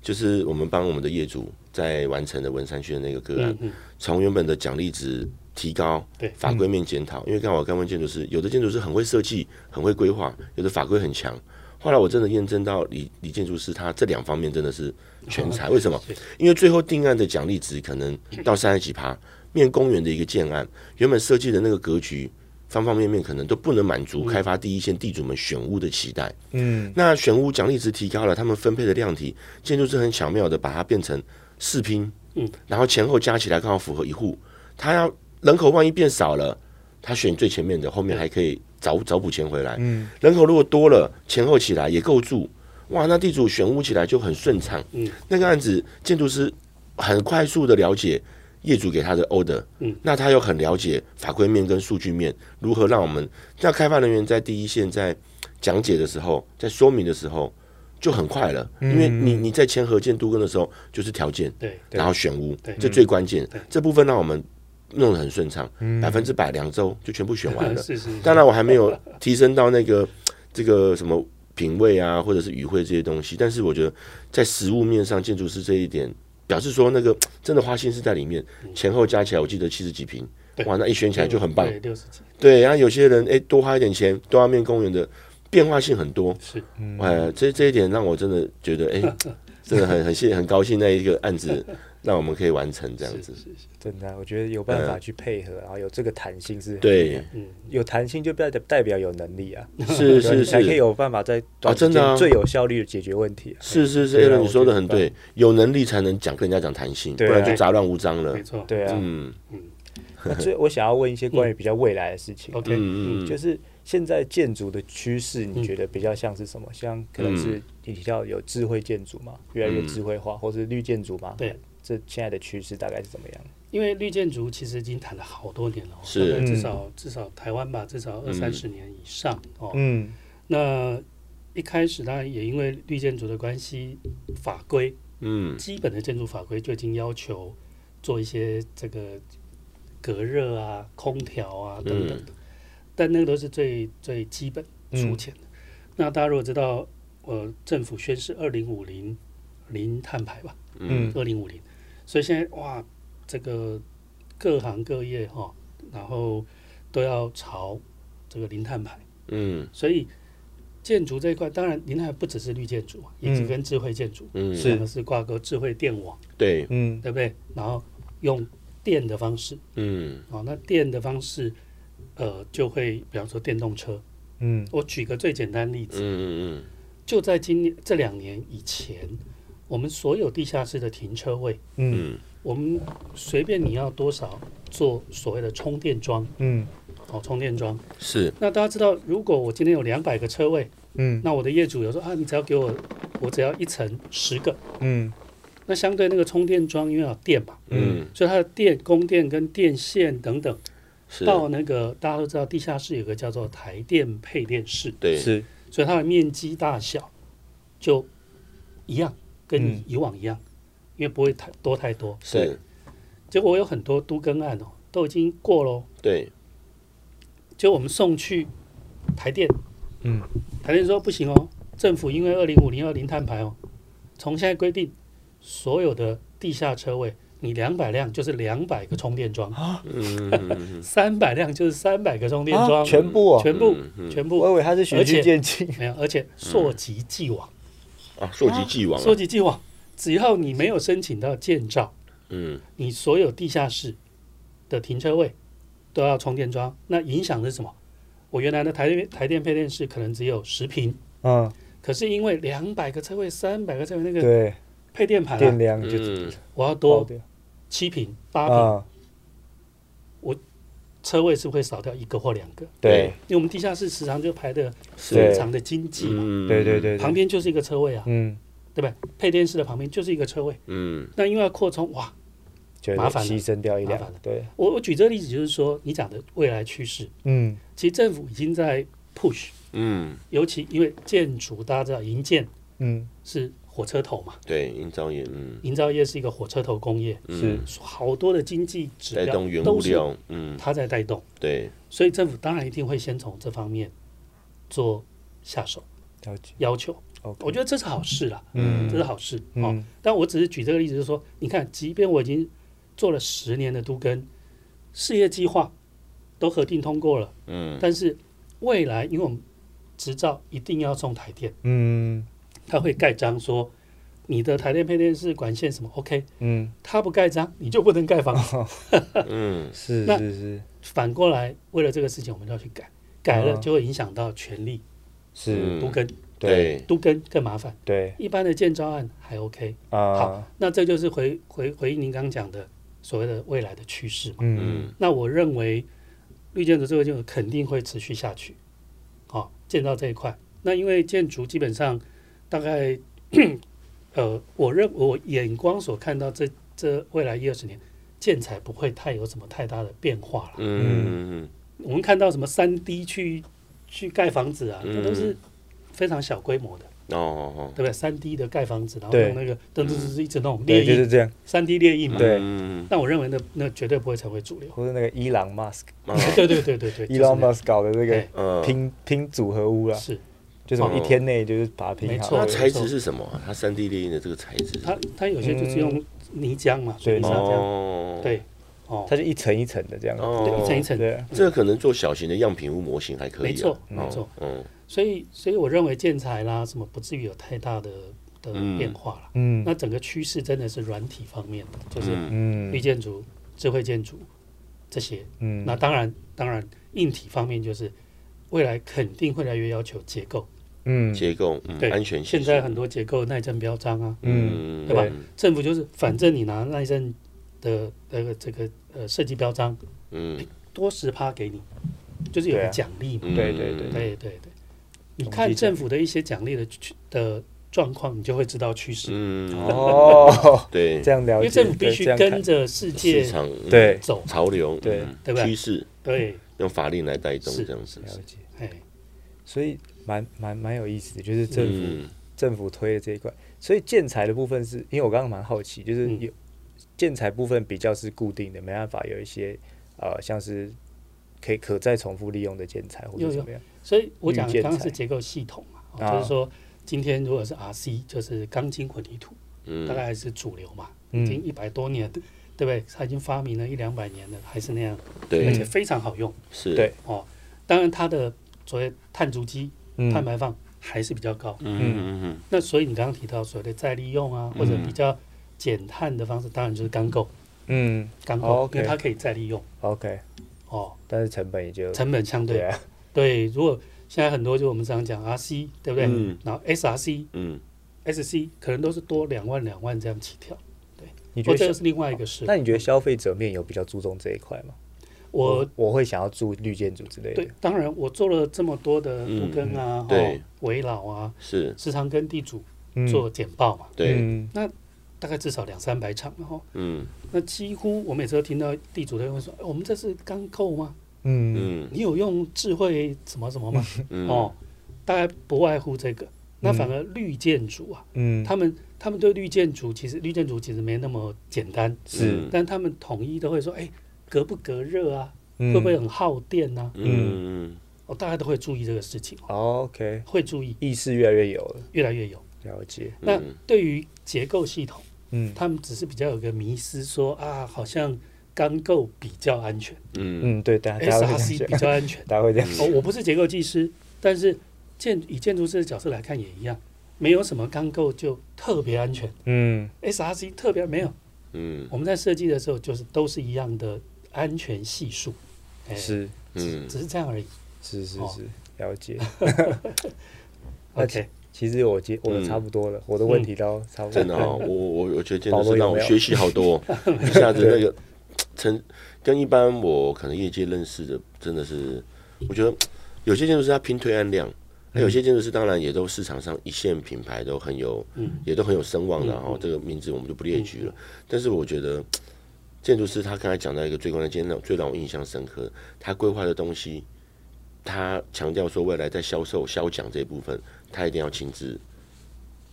Speaker 3: 就是我们帮我们的业主在完成的文山区的那个个案
Speaker 2: 嗯，嗯，
Speaker 3: 从原本的奖励值提高，
Speaker 2: 对
Speaker 3: 法规面检讨，因为刚好我刚问建筑师，有的建筑师很会设计，很会规划，有的法规很强。后来我真的验证到李李建筑师他这两方面真的是全才，为什么？因为最后定案的奖励值可能到三十几趴，面公园的一个建案，原本设计的那个格局。方方面面可能都不能满足开发第一线地主们选屋的期待。
Speaker 1: 嗯
Speaker 3: 那选屋奖励值提高了，他们分配的量体，建筑师很巧妙的把它变成四拼，
Speaker 2: 嗯，
Speaker 3: 然后前后加起来刚好符合一户。他要人口万一变少了，他选最前面的，后面还可以找找补钱回来。
Speaker 1: 嗯，
Speaker 3: 人口如果多了，前后起来也够住，哇，那地主选屋起来就很顺畅。
Speaker 2: 嗯，
Speaker 3: 那个案子建筑师很快速的了解业主给他的 order，
Speaker 2: 嗯，
Speaker 3: 那他又很了解法规面跟数据面如何让我们让开发人员在第一线在讲解的时候，在说明的时候就很快了，因为你
Speaker 2: 嗯
Speaker 3: 你在签合建都跟的时候就是条件，
Speaker 2: 对，
Speaker 3: 然后选屋
Speaker 2: 对，嗯
Speaker 3: 这最关键
Speaker 2: 对，嗯
Speaker 3: 这部分让我们弄得很顺畅，百分之百两周就全部选完了。
Speaker 2: (laughs) 是是，
Speaker 3: 当然我还没有提升到那个这个什么品味啊，或者是语汇这些东西，但是我觉得在实物面上，建筑师这一点表示说那个真的花心思在里面，前后加起来我记得七十几平
Speaker 2: 嗯对，
Speaker 3: 哇，那一选起来就很棒。
Speaker 2: 对，六十几，
Speaker 3: 对，然后有些人哎多花一点钱，多方面公园的变化性很多。
Speaker 2: 是，
Speaker 1: 嗯
Speaker 3: 呃，这这一点让我真的觉得，
Speaker 1: (laughs)
Speaker 3: 哎、真的很很谢很高兴那一个案子让我们可以完成这样子。
Speaker 1: 真的啊，我觉得有办法去配合，然后有这个弹性是，，
Speaker 3: 呃对，
Speaker 1: 有弹性就代代表有能力啊，
Speaker 3: (laughs)
Speaker 1: (laughs) 对
Speaker 3: 是
Speaker 1: 吧你
Speaker 3: 是
Speaker 1: 才可以
Speaker 3: 是
Speaker 1: 有办法在短时
Speaker 3: 真的
Speaker 1: 间
Speaker 3: 啊
Speaker 1: 最有效率的解决问
Speaker 3: (laughs)
Speaker 1: 题啊。
Speaker 3: 是是是
Speaker 1: 对啊
Speaker 3: ，Alan 你说的很
Speaker 1: 我觉得
Speaker 3: 对，有能力才能讲跟人家讲弹性，不
Speaker 1: 对啊
Speaker 3: 然就杂乱无章了
Speaker 2: 没。错，
Speaker 1: 对啊，
Speaker 3: 嗯
Speaker 1: 那最我想要问一些关于比较未来的事情啊，
Speaker 2: ，OK，
Speaker 3: 嗯嗯
Speaker 1: 就
Speaker 3: 嗯，
Speaker 1: 是现在建筑的趋势，你觉得比较像是什么？
Speaker 3: 嗯
Speaker 1: 像可能是你提到有智慧建筑嘛，越来越智慧
Speaker 3: 嗯
Speaker 1: 化，或是绿建筑嘛？
Speaker 2: 对，
Speaker 1: 这现在的趋势大概是怎么样？
Speaker 2: 因为绿建筑其实已经谈了好多年了哦，
Speaker 3: 是
Speaker 2: 大概至
Speaker 1: 嗯
Speaker 2: 少至少台湾吧，至少二
Speaker 3: 嗯
Speaker 2: 三十年以上哦。
Speaker 1: 嗯
Speaker 2: 那一开始当然也因为绿建筑的关系，法规
Speaker 3: 嗯
Speaker 2: 基本的建筑法规就已经要求做一些这个隔热啊、空调
Speaker 3: 嗯
Speaker 2: 啊等等的，但那个都是最最基本粗浅的。那大家如果知道，呃，政府宣示二零五零零碳排吧，
Speaker 1: 嗯
Speaker 3: 嗯
Speaker 2: 二零五零，所以现在哇，这个各行各业哈、然后都要朝这个零碳排。
Speaker 3: 嗯
Speaker 2: 所以建筑这一块，当然您还不只是绿建筑啊，也是
Speaker 1: 嗯
Speaker 2: 跟智慧建筑，
Speaker 3: 嗯，
Speaker 1: 是
Speaker 2: 两个是挂钩智慧电网，
Speaker 3: 对，
Speaker 1: 嗯
Speaker 2: 对不对？然后用电的方式
Speaker 3: 嗯
Speaker 2: 啊、哦，那电的方式，呃，就会比方说电动车。
Speaker 1: 嗯
Speaker 2: 我举个最简单例
Speaker 3: 嗯
Speaker 2: 子，
Speaker 3: 嗯
Speaker 2: 就在今年这两年以前，我们所有地下室的停车位，
Speaker 1: 嗯
Speaker 3: 嗯
Speaker 2: 我们随便你要多少做所谓的充电桩
Speaker 1: 嗯
Speaker 2: 哦，充电桩。
Speaker 3: 嗯，是，
Speaker 2: 那大家知道，如果我今天有两百个车位，
Speaker 1: 嗯
Speaker 2: 那我的业主有说啊，你只要给我，我只要一层十个。
Speaker 1: 嗯
Speaker 2: 那相对那个充电桩因为有电嘛，
Speaker 3: 嗯
Speaker 2: 所以它的电供电跟电线等等，
Speaker 3: 是，
Speaker 2: 到那个大家都知道地下室有个叫做台电配电室，
Speaker 3: 对，
Speaker 1: 是
Speaker 2: 所以它的面积大小就一样，跟
Speaker 1: 嗯
Speaker 2: 以往一样，因为不会太多太多。
Speaker 3: 是，
Speaker 2: 结果我有很多都更案哦，都已经过喽，
Speaker 3: 对，
Speaker 2: 结果我们送去台电，
Speaker 1: 嗯
Speaker 2: 台电说不行哦，政府因为二零五零要零碳排哦，从现在规定，所有的地下车位，你两百辆就是两百个充电桩，
Speaker 3: 嗯嗯嗯
Speaker 2: 三百辆就是三百个充电桩，
Speaker 1: 啊 (laughs) 全部哦，
Speaker 2: 全部
Speaker 3: 嗯嗯
Speaker 2: 全
Speaker 1: 我
Speaker 2: 部
Speaker 1: 以为它是循序渐进，
Speaker 2: 没有，而且溯及既往，
Speaker 3: 啊，溯及既往啊，
Speaker 2: 溯及既往，只要你没有申请到建造，
Speaker 3: 嗯
Speaker 2: 你所有地下室的停车位都要充电桩，那影响是什么？我原来的台电台电配电室可能只有十平，
Speaker 1: (laughs) 嗯，
Speaker 2: 可是因为两百个车位、三百个车位那个
Speaker 1: (laughs) 对，
Speaker 2: 配电盘、
Speaker 1: 电
Speaker 2: 啊，
Speaker 1: 量就
Speaker 3: 嗯，
Speaker 2: 我要
Speaker 1: 爆
Speaker 2: 多
Speaker 1: 掉
Speaker 2: 七平、八平、
Speaker 1: 啊，
Speaker 2: 车位，是不是会少掉一个或两个？
Speaker 1: 对
Speaker 2: 因为我们地下室时常就排的非
Speaker 1: 对
Speaker 2: 常的经济嘛，
Speaker 3: 嗯
Speaker 1: 对对，对，
Speaker 2: 旁边就是一个车位啊，
Speaker 1: 嗯，
Speaker 2: 对吧？配电室的旁边就是一个车位，
Speaker 3: 嗯
Speaker 2: 那因为要扩充，哇，
Speaker 1: 就
Speaker 2: 麻烦了
Speaker 1: 牺牲掉一
Speaker 2: 麻烦
Speaker 1: 两
Speaker 2: 了，
Speaker 1: 对，
Speaker 2: 我我举这个例子就是说，你讲的未来趋势，
Speaker 1: 嗯
Speaker 2: 其实政府已经在 push，
Speaker 3: 嗯，
Speaker 2: 尤其因为建筑大家知道营建
Speaker 1: 嗯
Speaker 2: 是火车头嘛，
Speaker 3: 对，营造业，嗯
Speaker 2: 营造业是一个火车头工业，
Speaker 1: 是
Speaker 3: 嗯，
Speaker 2: 好多的经济指
Speaker 3: 带
Speaker 2: 标
Speaker 3: 动原物
Speaker 2: 都是
Speaker 3: 料，嗯，
Speaker 2: 它在带动。
Speaker 3: 对，
Speaker 2: 所以政府当然一定会先从这方面做下手
Speaker 1: 了解
Speaker 2: 要求。
Speaker 1: ，OK，
Speaker 2: 我觉得这是好事啦，
Speaker 1: 嗯
Speaker 2: 这是好事、哦。
Speaker 1: 嗯
Speaker 2: 但我只是举这个例子，就是说，你看，即便我已经做了十年的都跟事业计划都核定通过了，
Speaker 3: 嗯
Speaker 2: 但是未来因为我们执照一定要送台电，
Speaker 1: 嗯
Speaker 2: 他会盖章说你的台电配电是管线什么 OK，
Speaker 1: 嗯
Speaker 2: 他不盖章你就不能盖房子。
Speaker 3: 嗯，
Speaker 1: 是
Speaker 2: 那
Speaker 1: 是是
Speaker 2: 反过来，为了这个事情我们就要去改，改了
Speaker 1: 哦
Speaker 2: 就会影响到权利
Speaker 1: 是，
Speaker 3: 嗯
Speaker 2: 都跟。
Speaker 1: 对
Speaker 3: 对，
Speaker 2: 都跟更麻烦。
Speaker 1: 对
Speaker 2: 一般的建招案还 OK，
Speaker 1: 啊
Speaker 2: 好，那这就是回回回应您刚刚讲的所谓的未来的趋势嘛。
Speaker 1: 嗯
Speaker 3: 嗯
Speaker 2: 那我认为绿建筑这个就肯定会持续下去，好、建造这一块。那因为建筑基本上大概， (clears throat) 呃，我认我眼光所看到这这未来一二十年，建材不会太有什么太大的变化了。
Speaker 3: 嗯嗯
Speaker 2: 我们看到什么三 D 去去盖房子啊，那都是
Speaker 3: 嗯
Speaker 2: 非常小规模的。
Speaker 3: 嗯，哦，
Speaker 2: 对不对？三 D 的盖房子，然后
Speaker 1: 对
Speaker 2: 用那个噔噔噔噔一直那种
Speaker 1: 对，
Speaker 2: 列
Speaker 1: 就是
Speaker 2: 印，
Speaker 1: 这样，
Speaker 2: 三 D 列印嘛。
Speaker 1: 对
Speaker 3: 嗯
Speaker 2: 但我认为那那绝对不会成为主流。
Speaker 1: 或者那个伊朗 Musk，
Speaker 3: 嗯
Speaker 2: (laughs) 对对
Speaker 1: (laughs)
Speaker 2: 对对对，
Speaker 1: 伊
Speaker 2: 就是
Speaker 1: 朗
Speaker 2: 那样
Speaker 1: 哦 Musk 搞的这个
Speaker 2: 对
Speaker 3: 嗯，
Speaker 1: 拼拼组合屋啦，
Speaker 2: 是
Speaker 1: 就什么一天内就是把它拼
Speaker 2: 没
Speaker 1: 好，
Speaker 2: 错
Speaker 3: 那
Speaker 1: 对
Speaker 3: 材质是什么啊？它三 D 列印的这个材质是什
Speaker 2: 它
Speaker 3: 么，
Speaker 2: 它有些就是用泥浆嘛，水泥
Speaker 1: 嗯对
Speaker 2: 沙这样。
Speaker 3: 哦，
Speaker 2: 对，哦，
Speaker 1: 它就一层一层的这样子，
Speaker 3: 哦
Speaker 2: 对，一层一层，
Speaker 1: 对，啊
Speaker 3: 这个可能做小型的样品屋模型还可以、啊，
Speaker 2: 没错
Speaker 3: 嗯
Speaker 2: 没错。
Speaker 3: 嗯，
Speaker 2: 所以所以我认为建材啦什么不至于有太大的的变化啦。
Speaker 1: 嗯
Speaker 2: 那整个趋势真的是软体方面的，就是
Speaker 3: 嗯
Speaker 1: 嗯
Speaker 2: 绿建筑、智慧建筑这些。
Speaker 1: 嗯
Speaker 2: 那当然当然硬体方面就是未来肯定会越来越要求结构，
Speaker 1: 嗯
Speaker 3: 结构，嗯，
Speaker 2: 对
Speaker 3: 安全系
Speaker 2: 现
Speaker 3: 数
Speaker 2: 在很多结构耐震标章啊，
Speaker 3: 嗯，
Speaker 2: 对吧？政府就是反正你拿耐震的那个这个呃设计标章
Speaker 3: 嗯？
Speaker 2: 多十趴给你，就是有
Speaker 1: 对
Speaker 2: 个
Speaker 1: 啊
Speaker 2: 奖励嘛。
Speaker 3: 嗯，
Speaker 1: 对对对
Speaker 2: 对对对，你
Speaker 1: 统
Speaker 2: 看
Speaker 1: 计
Speaker 2: 政府的一些奖励的趋的状况，你就会知道趋势，
Speaker 3: 嗯，
Speaker 2: (laughs)
Speaker 1: 哦，
Speaker 3: 对，
Speaker 1: 这样了解，
Speaker 2: 因为政府必
Speaker 1: 对
Speaker 2: 须
Speaker 1: 这样看
Speaker 2: 跟着世
Speaker 3: 市
Speaker 2: 界
Speaker 3: 场嗯
Speaker 1: 对
Speaker 2: 走。
Speaker 3: 潮流，
Speaker 1: 对
Speaker 3: 嗯
Speaker 2: 对吧
Speaker 3: 趋势
Speaker 2: 对，
Speaker 3: 用法令来带动
Speaker 2: 是
Speaker 3: 这样子，
Speaker 1: 了解，
Speaker 2: 哎，
Speaker 1: 所以蛮蛮蛮有意思的，就是政府
Speaker 3: 嗯，
Speaker 1: 政府推的这一块，所以建材的部分是因为我刚刚蛮好奇，就是
Speaker 2: 嗯
Speaker 1: 有、建材部分比较是固定的，没办法有一些呃像是可以可再重复利用的建材或者
Speaker 2: 有有
Speaker 1: 怎么样，
Speaker 2: 所以我讲
Speaker 1: 绿
Speaker 2: 的
Speaker 1: 建
Speaker 2: 刚刚
Speaker 1: 材
Speaker 2: 是结构系统嘛，哦
Speaker 1: 啊
Speaker 2: 就是说今天如果是 RC，就是钢筋混凝土，
Speaker 3: 嗯
Speaker 2: 大概还是主流嘛，已经
Speaker 1: 嗯
Speaker 2: 一百多年，对不对？它已经发明了一两百年了，还是那样，而
Speaker 3: 对
Speaker 2: 且非常好用
Speaker 3: 是，
Speaker 1: 对
Speaker 2: 哦。当然，它的所谓碳足迹、碳
Speaker 1: 嗯
Speaker 2: 排放还是比较高。
Speaker 3: 嗯嗯嗯
Speaker 2: 那所以你刚刚提到所谓的再利用啊，或者比较减碳的方式，当然就是钢构，
Speaker 1: 嗯
Speaker 2: 钢构，
Speaker 1: 哦，OK
Speaker 2: 因为它可以再利用
Speaker 1: ，OK，
Speaker 2: 哦，
Speaker 1: 但是成本也就
Speaker 2: 成本相对
Speaker 1: 对啊，
Speaker 2: 对。如果现在很多就我们常讲 RC，对不对？
Speaker 3: 嗯
Speaker 2: 然后 SRC、
Speaker 3: 嗯
Speaker 2: SC 可能都是多两万两万这样起跳，
Speaker 1: 你觉
Speaker 2: 不过
Speaker 1: 得
Speaker 2: 这
Speaker 1: 消
Speaker 2: 个是另外一个事。
Speaker 1: 那你觉得哦消费者面有比较注重这一块吗？
Speaker 2: 我
Speaker 1: 我会想要住绿建筑之类
Speaker 2: 对
Speaker 1: 的，，
Speaker 2: 当然我做了这么多的
Speaker 3: 嗯
Speaker 2: 都更啊、
Speaker 3: 对
Speaker 2: 哦、围绕啊，
Speaker 3: 是，
Speaker 2: 时常跟地主
Speaker 1: 嗯
Speaker 2: 做简报嘛，
Speaker 3: 对，
Speaker 1: 嗯
Speaker 2: 大概至少两三百场，然后
Speaker 3: 嗯
Speaker 2: 那几乎我每次都听到地主都会说：“哎我们这是钢构吗？
Speaker 1: 嗯
Speaker 3: 嗯
Speaker 2: 你有用智慧什么什么吗？”
Speaker 3: 嗯，
Speaker 2: 哦，大概不外乎这个。那反而绿建筑啊，
Speaker 1: 嗯，
Speaker 2: 他们他们对绿建筑其实绿建筑其实没那么简单，
Speaker 1: 是
Speaker 2: 但他们统一都会说：“哎、隔不隔热啊？
Speaker 1: 会
Speaker 3: 嗯
Speaker 2: 会不会很耗电啊？
Speaker 3: 嗯嗯
Speaker 2: 哦，大家都会注意这个事情哦，
Speaker 1: ？OK，
Speaker 2: 会注意，
Speaker 1: 意识越来越有了，
Speaker 2: 越来越有。
Speaker 1: 了解，
Speaker 2: 那
Speaker 3: 嗯
Speaker 2: 对于结构系统，
Speaker 1: 嗯
Speaker 2: 他们只是比较有个迷失说啊，好像钢构比较安全
Speaker 3: 嗯
Speaker 1: 嗯，对，大家大家会这样
Speaker 2: ，SRC
Speaker 1: 想
Speaker 2: 比较安全。
Speaker 1: 大家会这样
Speaker 2: 哦，我不是结构技师，但是建以建筑师的角色来看也一样，没有什么钢构就特别安全
Speaker 1: 嗯
Speaker 2: ，SRC 特别没有。
Speaker 3: 嗯
Speaker 2: 我们在设计的时候就是都是一样的安全系数，哎，
Speaker 1: 是
Speaker 3: 嗯
Speaker 2: 只是这样而已。
Speaker 1: 是是
Speaker 2: 哦
Speaker 1: 是，了
Speaker 2: (laughs)
Speaker 1: 解。那其
Speaker 2: OK，嗯
Speaker 1: 其实我接我的
Speaker 3: 嗯
Speaker 1: 差不多了，我的问题都差不多。
Speaker 3: 真的
Speaker 1: (laughs)
Speaker 3: 哦哈，我我我觉得真
Speaker 1: 保罗
Speaker 3: 的是
Speaker 1: 有
Speaker 3: 让我
Speaker 1: 没有
Speaker 3: 学习好多哦，一下子那个成跟一般我可能业界认识的真的是，我觉得有些建筑师他拼推案量，那有些建筑师当然也都市场上一线品牌都很有，
Speaker 2: 嗯
Speaker 3: 也都很有声望的，
Speaker 2: 嗯
Speaker 3: 然后这个名字我们就不列举
Speaker 1: 嗯
Speaker 3: 了。但是我觉得建筑师他刚才讲到一个最关键、让最让我印象深刻的，他规划的东西，他强调说未来在销售、销奖这一部分，他一定要亲自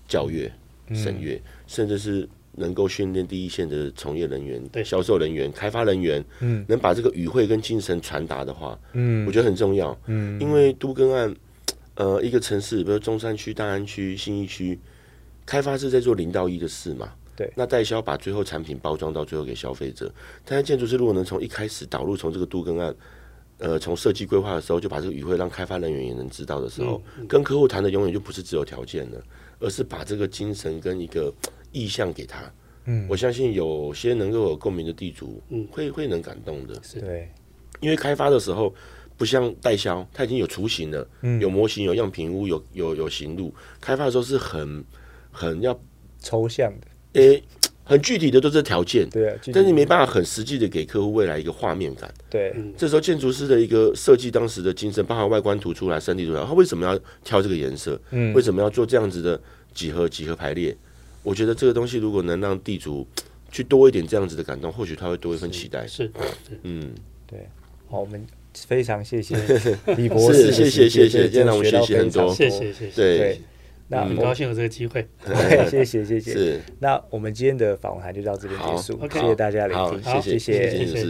Speaker 3: 校阅、
Speaker 1: 嗯
Speaker 3: 审阅，甚至是。能够训练第一线的从业人员、
Speaker 2: 对
Speaker 3: 销售人员、开发人员，
Speaker 1: 嗯，
Speaker 3: 能把这个语汇跟精神传达的话，
Speaker 1: 嗯
Speaker 3: 我觉得很重要。
Speaker 1: 嗯
Speaker 3: 因为都更案，呃，一个城市，比如中山区、大安区、信义区，开发是在做零到一的事嘛。
Speaker 1: 对
Speaker 3: 那代销把最后产品包装到最后给消费者，但是建筑师如果能从一开始导入从这个都更案，呃，从设计规划的时候就把这个语汇让开发人员也能知道的时候，跟客户谈的永远就不是只有条件了，而是把这个精神跟一个意向给他。
Speaker 1: 嗯
Speaker 3: 我相信有些能够有共鸣的地主，
Speaker 2: 嗯
Speaker 3: 会会能感动的。
Speaker 1: 对，
Speaker 3: 因为开发的时候不像代销，它已经有雏形了，有模型、有样品屋、有有有行路。开发的时候是很很要
Speaker 1: 抽象的，
Speaker 3: 诶、很具体的都是条件，
Speaker 1: 对啊，具体
Speaker 3: 但是你没办法很实际的给客户未来一个画面感。
Speaker 1: 对，
Speaker 2: 嗯
Speaker 3: 这时候建筑师的一个设计当时的精神，包含外观图出来、三 D 图出来，他为什么要挑这个颜色？
Speaker 1: 嗯
Speaker 3: 为什么要做这样子的几何几何排列？我觉得这个东西如果能让地主去多一点这样子的感动，或许他会多一份期待。
Speaker 2: 是
Speaker 3: 嗯，
Speaker 1: 好，我们非常谢
Speaker 3: (laughs)
Speaker 1: 谢李博
Speaker 3: 是
Speaker 1: 士的
Speaker 3: 谢
Speaker 1: 时间，
Speaker 3: 谢谢谢
Speaker 1: 真的
Speaker 3: 今天让我们
Speaker 1: 学到
Speaker 3: 学习很
Speaker 1: 非常
Speaker 3: 多
Speaker 2: 谢谢谢谢，
Speaker 3: 对
Speaker 1: 对，，那
Speaker 2: 很高兴有这个机会。
Speaker 1: 对 (laughs) 谢谢谢谢。
Speaker 3: 是。
Speaker 1: 那我们今天的访谈就到这边结束，
Speaker 2: 好
Speaker 1: 谢谢大家的聆
Speaker 3: 好
Speaker 1: 听，
Speaker 2: 好
Speaker 1: 谢
Speaker 3: 谢谢
Speaker 1: 谢
Speaker 3: 谢谢。